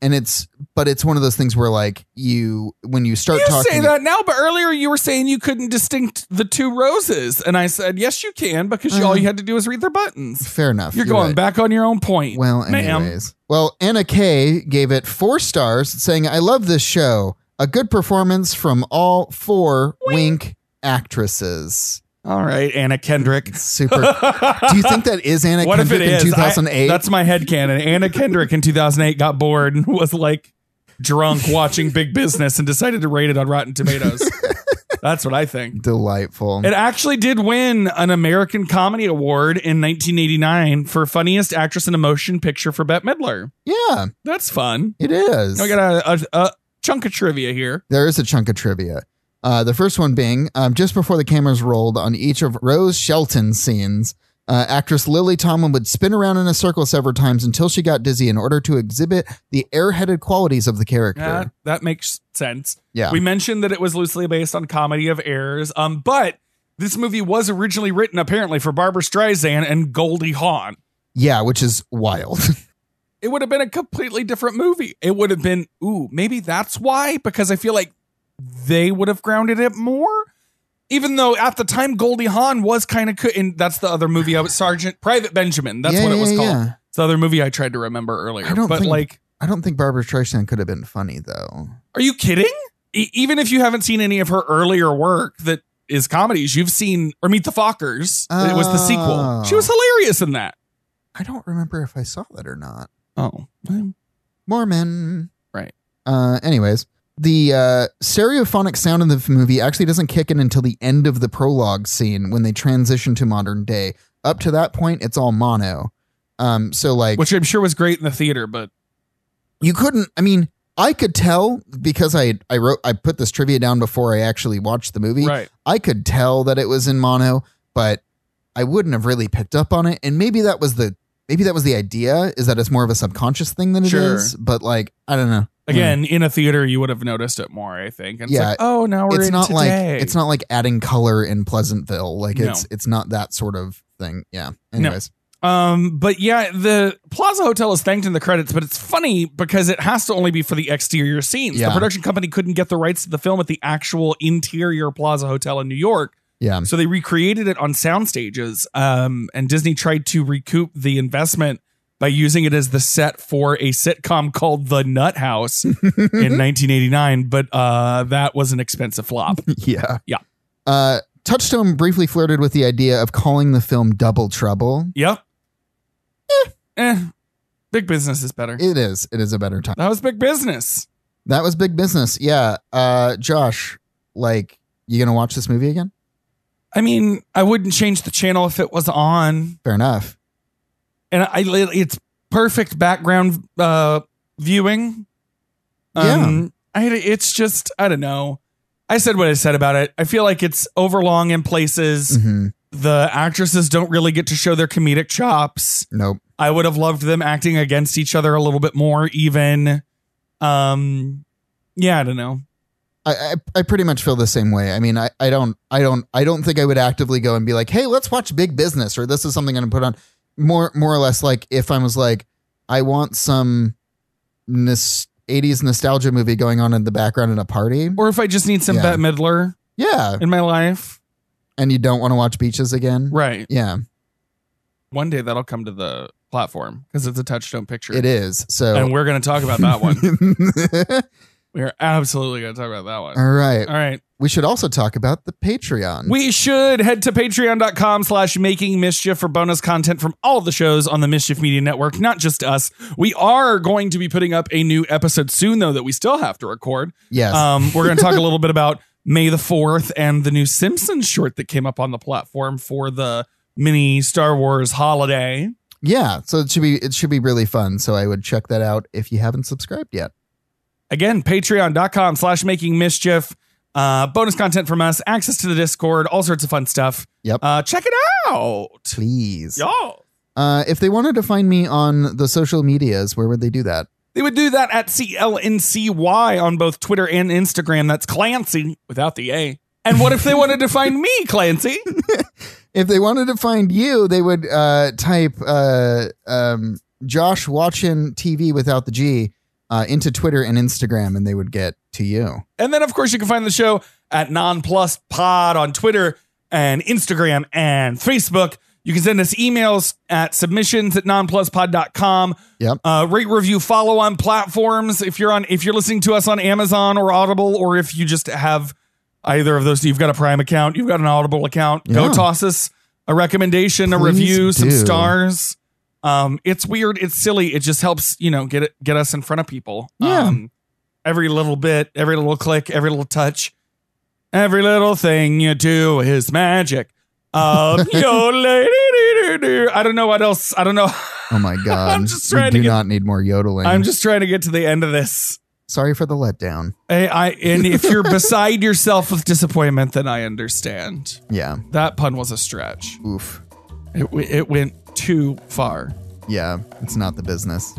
C: and it's but it's one of those things where like you when you start
B: You
C: talking
B: say that now, but earlier you were saying you couldn't distinct the two roses, and I said yes, you can because you- all
C: Uh-huh.
B: you had to do was read their buttons.
C: fair enough
B: You're going
C: right.
B: back on your own point.
C: Well,
B: ma'am.
C: anyways. Well, Anna Kay gave it four stars, saying, I love this show. A good performance from all four wink, actresses.
B: All right, Anna Kendrick.
C: Super. Do you think that is Anna
B: <laughs> What if
C: Kendrick
B: it is?
C: in
B: I-
C: 2008?
B: that's my headcanon. Anna Kendrick in 2008 got bored and <laughs> was like drunk watching Big Business and decided to rate it on Rotten
C: <laughs>
B: Tomatoes. that's what I think.
C: delightful.
B: It actually did win an American Comedy Award in 1989 for Funniest Actress in a Motion Picture for Bette Midler.
C: yeah,
B: That's fun.
C: it is.
B: I got a, a, a chunk of trivia here.
C: there is a chunk of trivia. Uh, the first one being um, just before the cameras rolled on each of Rose Shelton's scenes, Uh, actress Lily Tomlin would spin around in a circle several times until she got dizzy in order to exhibit the airheaded qualities of the character.
B: That, that makes sense.
C: Yeah.
B: We mentioned that it was loosely based on comedy of errors, um, but this movie was originally written apparently for Barbara Streisand and Goldie Hawn.
C: yeah, which is wild. <laughs>
B: It would have been a completely different movie. It would have been, ooh, maybe that's why, because I feel like they would have grounded it more. Even though at the time Goldie Hawn was kind of, co- and that's the other movie I was Sergeant Private Benjamin. That's
C: Yeah,
B: what it was
C: yeah,
B: called.
C: yeah.
B: It's the other movie I tried to remember earlier.
C: I don't
B: but
C: think,
B: like,
C: I don't think Barbara Streisand could have been funny though.
B: Are you kidding? E- even if you haven't seen any of her earlier work that is comedies, you've seen or Meet the Fockers. It was the sequel.
C: Oh.
B: She was hilarious in that.
C: I don't remember if I saw that or not.
B: Oh,
C: Mormon.
B: Right.
C: Uh, anyways, the uh, stereophonic sound in the movie actually doesn't kick in until the end of the prologue scene when they transition to modern day. Up to that point, it's all mono. Um, so like,
B: which I'm sure was great in the theater, but
C: you couldn't i mean i could tell because i i wrote i put this trivia down before i actually watched the movie
B: Right.
C: i could tell that it was in mono but i wouldn't have really picked up on it and maybe that was the maybe that was the idea is that it's more of a subconscious thing than it is.
B: Sure.
C: but like i don't know
B: again, in a theater, you would have noticed it more, I think. And it's
C: yeah
B: like, oh, now we're
C: it's
B: in
C: not
B: today.
C: like it's not like adding color in pleasantville like
B: No.
C: it's it's not that sort of thing yeah anyways <laughs>
B: Um, but yeah, the Plaza Hotel is thanked in the credits, but it's funny because it has to only be for the exterior scenes. The
C: Yeah.
B: production company couldn't get the rights to the film at the actual interior Plaza Hotel in New York.
C: Yeah.
B: So they recreated it on sound stages. Um, and Disney tried to recoup the investment by using it as the set for a sitcom called The Nut
C: <laughs>
B: House in 1989, but uh, that was an expensive
C: <laughs>
B: flop.
C: yeah
B: Yeah.
C: uh touchstone briefly flirted with the idea of calling the film double trouble
B: Yep. Eh. Big business is better.
C: It is. It is a better time.
B: That was big business.
C: That was big business. Yeah. Uh, Josh, like, you gonna watch this movie again?
B: I mean, I wouldn't change the channel if it was on.
C: Fair enough.
B: And I, it's perfect background uh, viewing. Um, I, it's just, I don't know. I said what I said about it. I feel like it's overlong in places.
C: Mm-hmm.
B: The actresses don't really get to show their comedic chops.
C: Nope.
B: I would have loved them acting against each other a little bit more, even. Um, yeah, I don't know.
C: I, I I pretty much feel the same way. I mean, I, I don't I don't I don't think I would actively go and be like, hey, let's watch Big Business or this is something I'm gonna put on. More more or less like if I was like, I want some nos- 80s nostalgia movie going on in the background in a party.
B: Or if I just need some
C: Yeah.
B: Bette Midler
C: Yeah.
B: in my life,
C: And you don't want to watch Beaches again.
B: right?
C: Yeah.
B: one day that'll come to the platform because it's a touchstone picture.
C: It is. So
B: and we're going to talk about that one.
C: <laughs>
B: <laughs> we are absolutely going to talk about that one.
C: All right.
B: All right.
C: We should also talk about the Patreon.
B: We should head to patreon.com slash making mischief for bonus content from all the shows on the Mischief Media Network, not just us. We are going to be putting up a new episode soon, though, that we still have to record.
C: Yes.
B: Um, we're going to talk a
C: <laughs>
B: little bit about May the 4th and the new Simpsons short that came up on the platform for the mini Star Wars holiday.
C: Yeah, so it should be it should be really fun. So I would check that out if you haven't subscribed yet.
B: Again, patreon.com slash making mischief. Uh, bonus content from us, access to the Discord, all sorts of fun stuff.
C: Yep.
B: Uh, check it out.
C: Please.
B: Y'all.
C: Uh, if they wanted to find me on the social medias, where would they do that?
B: They would do that at CLNCY on both Twitter and Instagram. That's Clancy without the A. And what if they wanted to find me, Clancy?
C: If they wanted to find you, they would uh, type uh, um, Josh watching TV without the G uh, into Twitter and Instagram, and they would get to you.
B: And then, of course, you can find the show at Nonplus Pod on Twitter and Instagram and Facebook. You can send us emails at submissions at nonpluspod.com.
C: Yep.
B: Uh, rate, review, follow on platforms. If you're on, if you're listening to us on Amazon or Audible, or if you just have either of those, you've got a Prime account, you've got an Audible account. Go
C: Yeah.
B: toss us a recommendation, a
C: Please
B: review, some
C: do.
B: stars. Um, it's weird, it's silly. It just helps, you know, get it, get us in front of people.
C: Yeah.
B: Um, every little bit, every little click, every little touch, every little thing you do is magic.
C: <laughs>
B: Um, yo, lady, do, do, do. I don't know what else. I don't know.
C: Oh my God!
B: <laughs> I'm just trying
C: we
B: to
C: do
B: get-
C: not need more yodeling.
B: I'm just trying to get to the end of this.
C: sorry for the letdown.
B: I, I and if you're beside yourself with disappointment, then I understand.
C: Yeah.
B: That pun was a stretch.
C: Oof.
B: It, w- it went too far.
C: Yeah, it's not the business.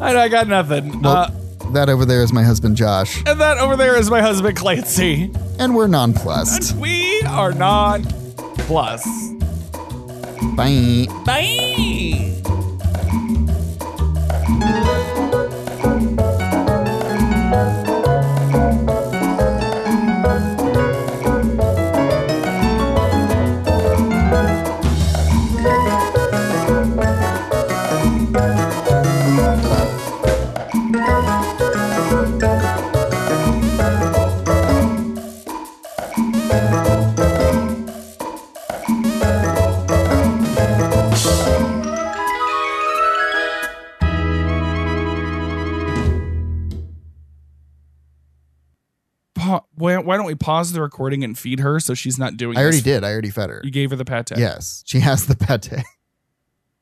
B: I, I got nothing. Uh,
C: That over there is my husband Josh,
B: and that over there is my husband Clancy.
C: and we're nonplussed.
B: And we are non plus.
C: Bye.
B: Bye. Pa- why, why don't we pause the recording and feed her so she's not doing
C: I already
B: this?
C: did. I already fed her.
B: You gave her the pate.
C: Yes, she has the pate.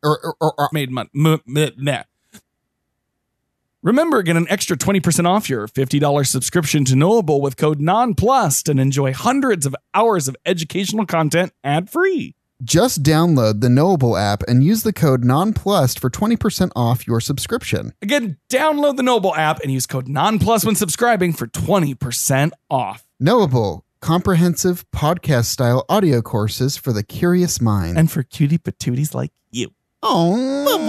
C: Or, or, or, or
B: Made money. M- m- meh. Remember, get an extra 20% off your $50 subscription to Knowable with code NONPLUSED and enjoy hundreds of hours of educational content ad free.
C: just download the Knowable app and use the code nonplussed for 20% off your subscription.
B: Again, download the Knowable app and use code NONPLUS when subscribing for 20% off.
C: Knowable, comprehensive podcast style audio courses for the curious mind. mm.
B: And for cutie patooties like you.
C: oh.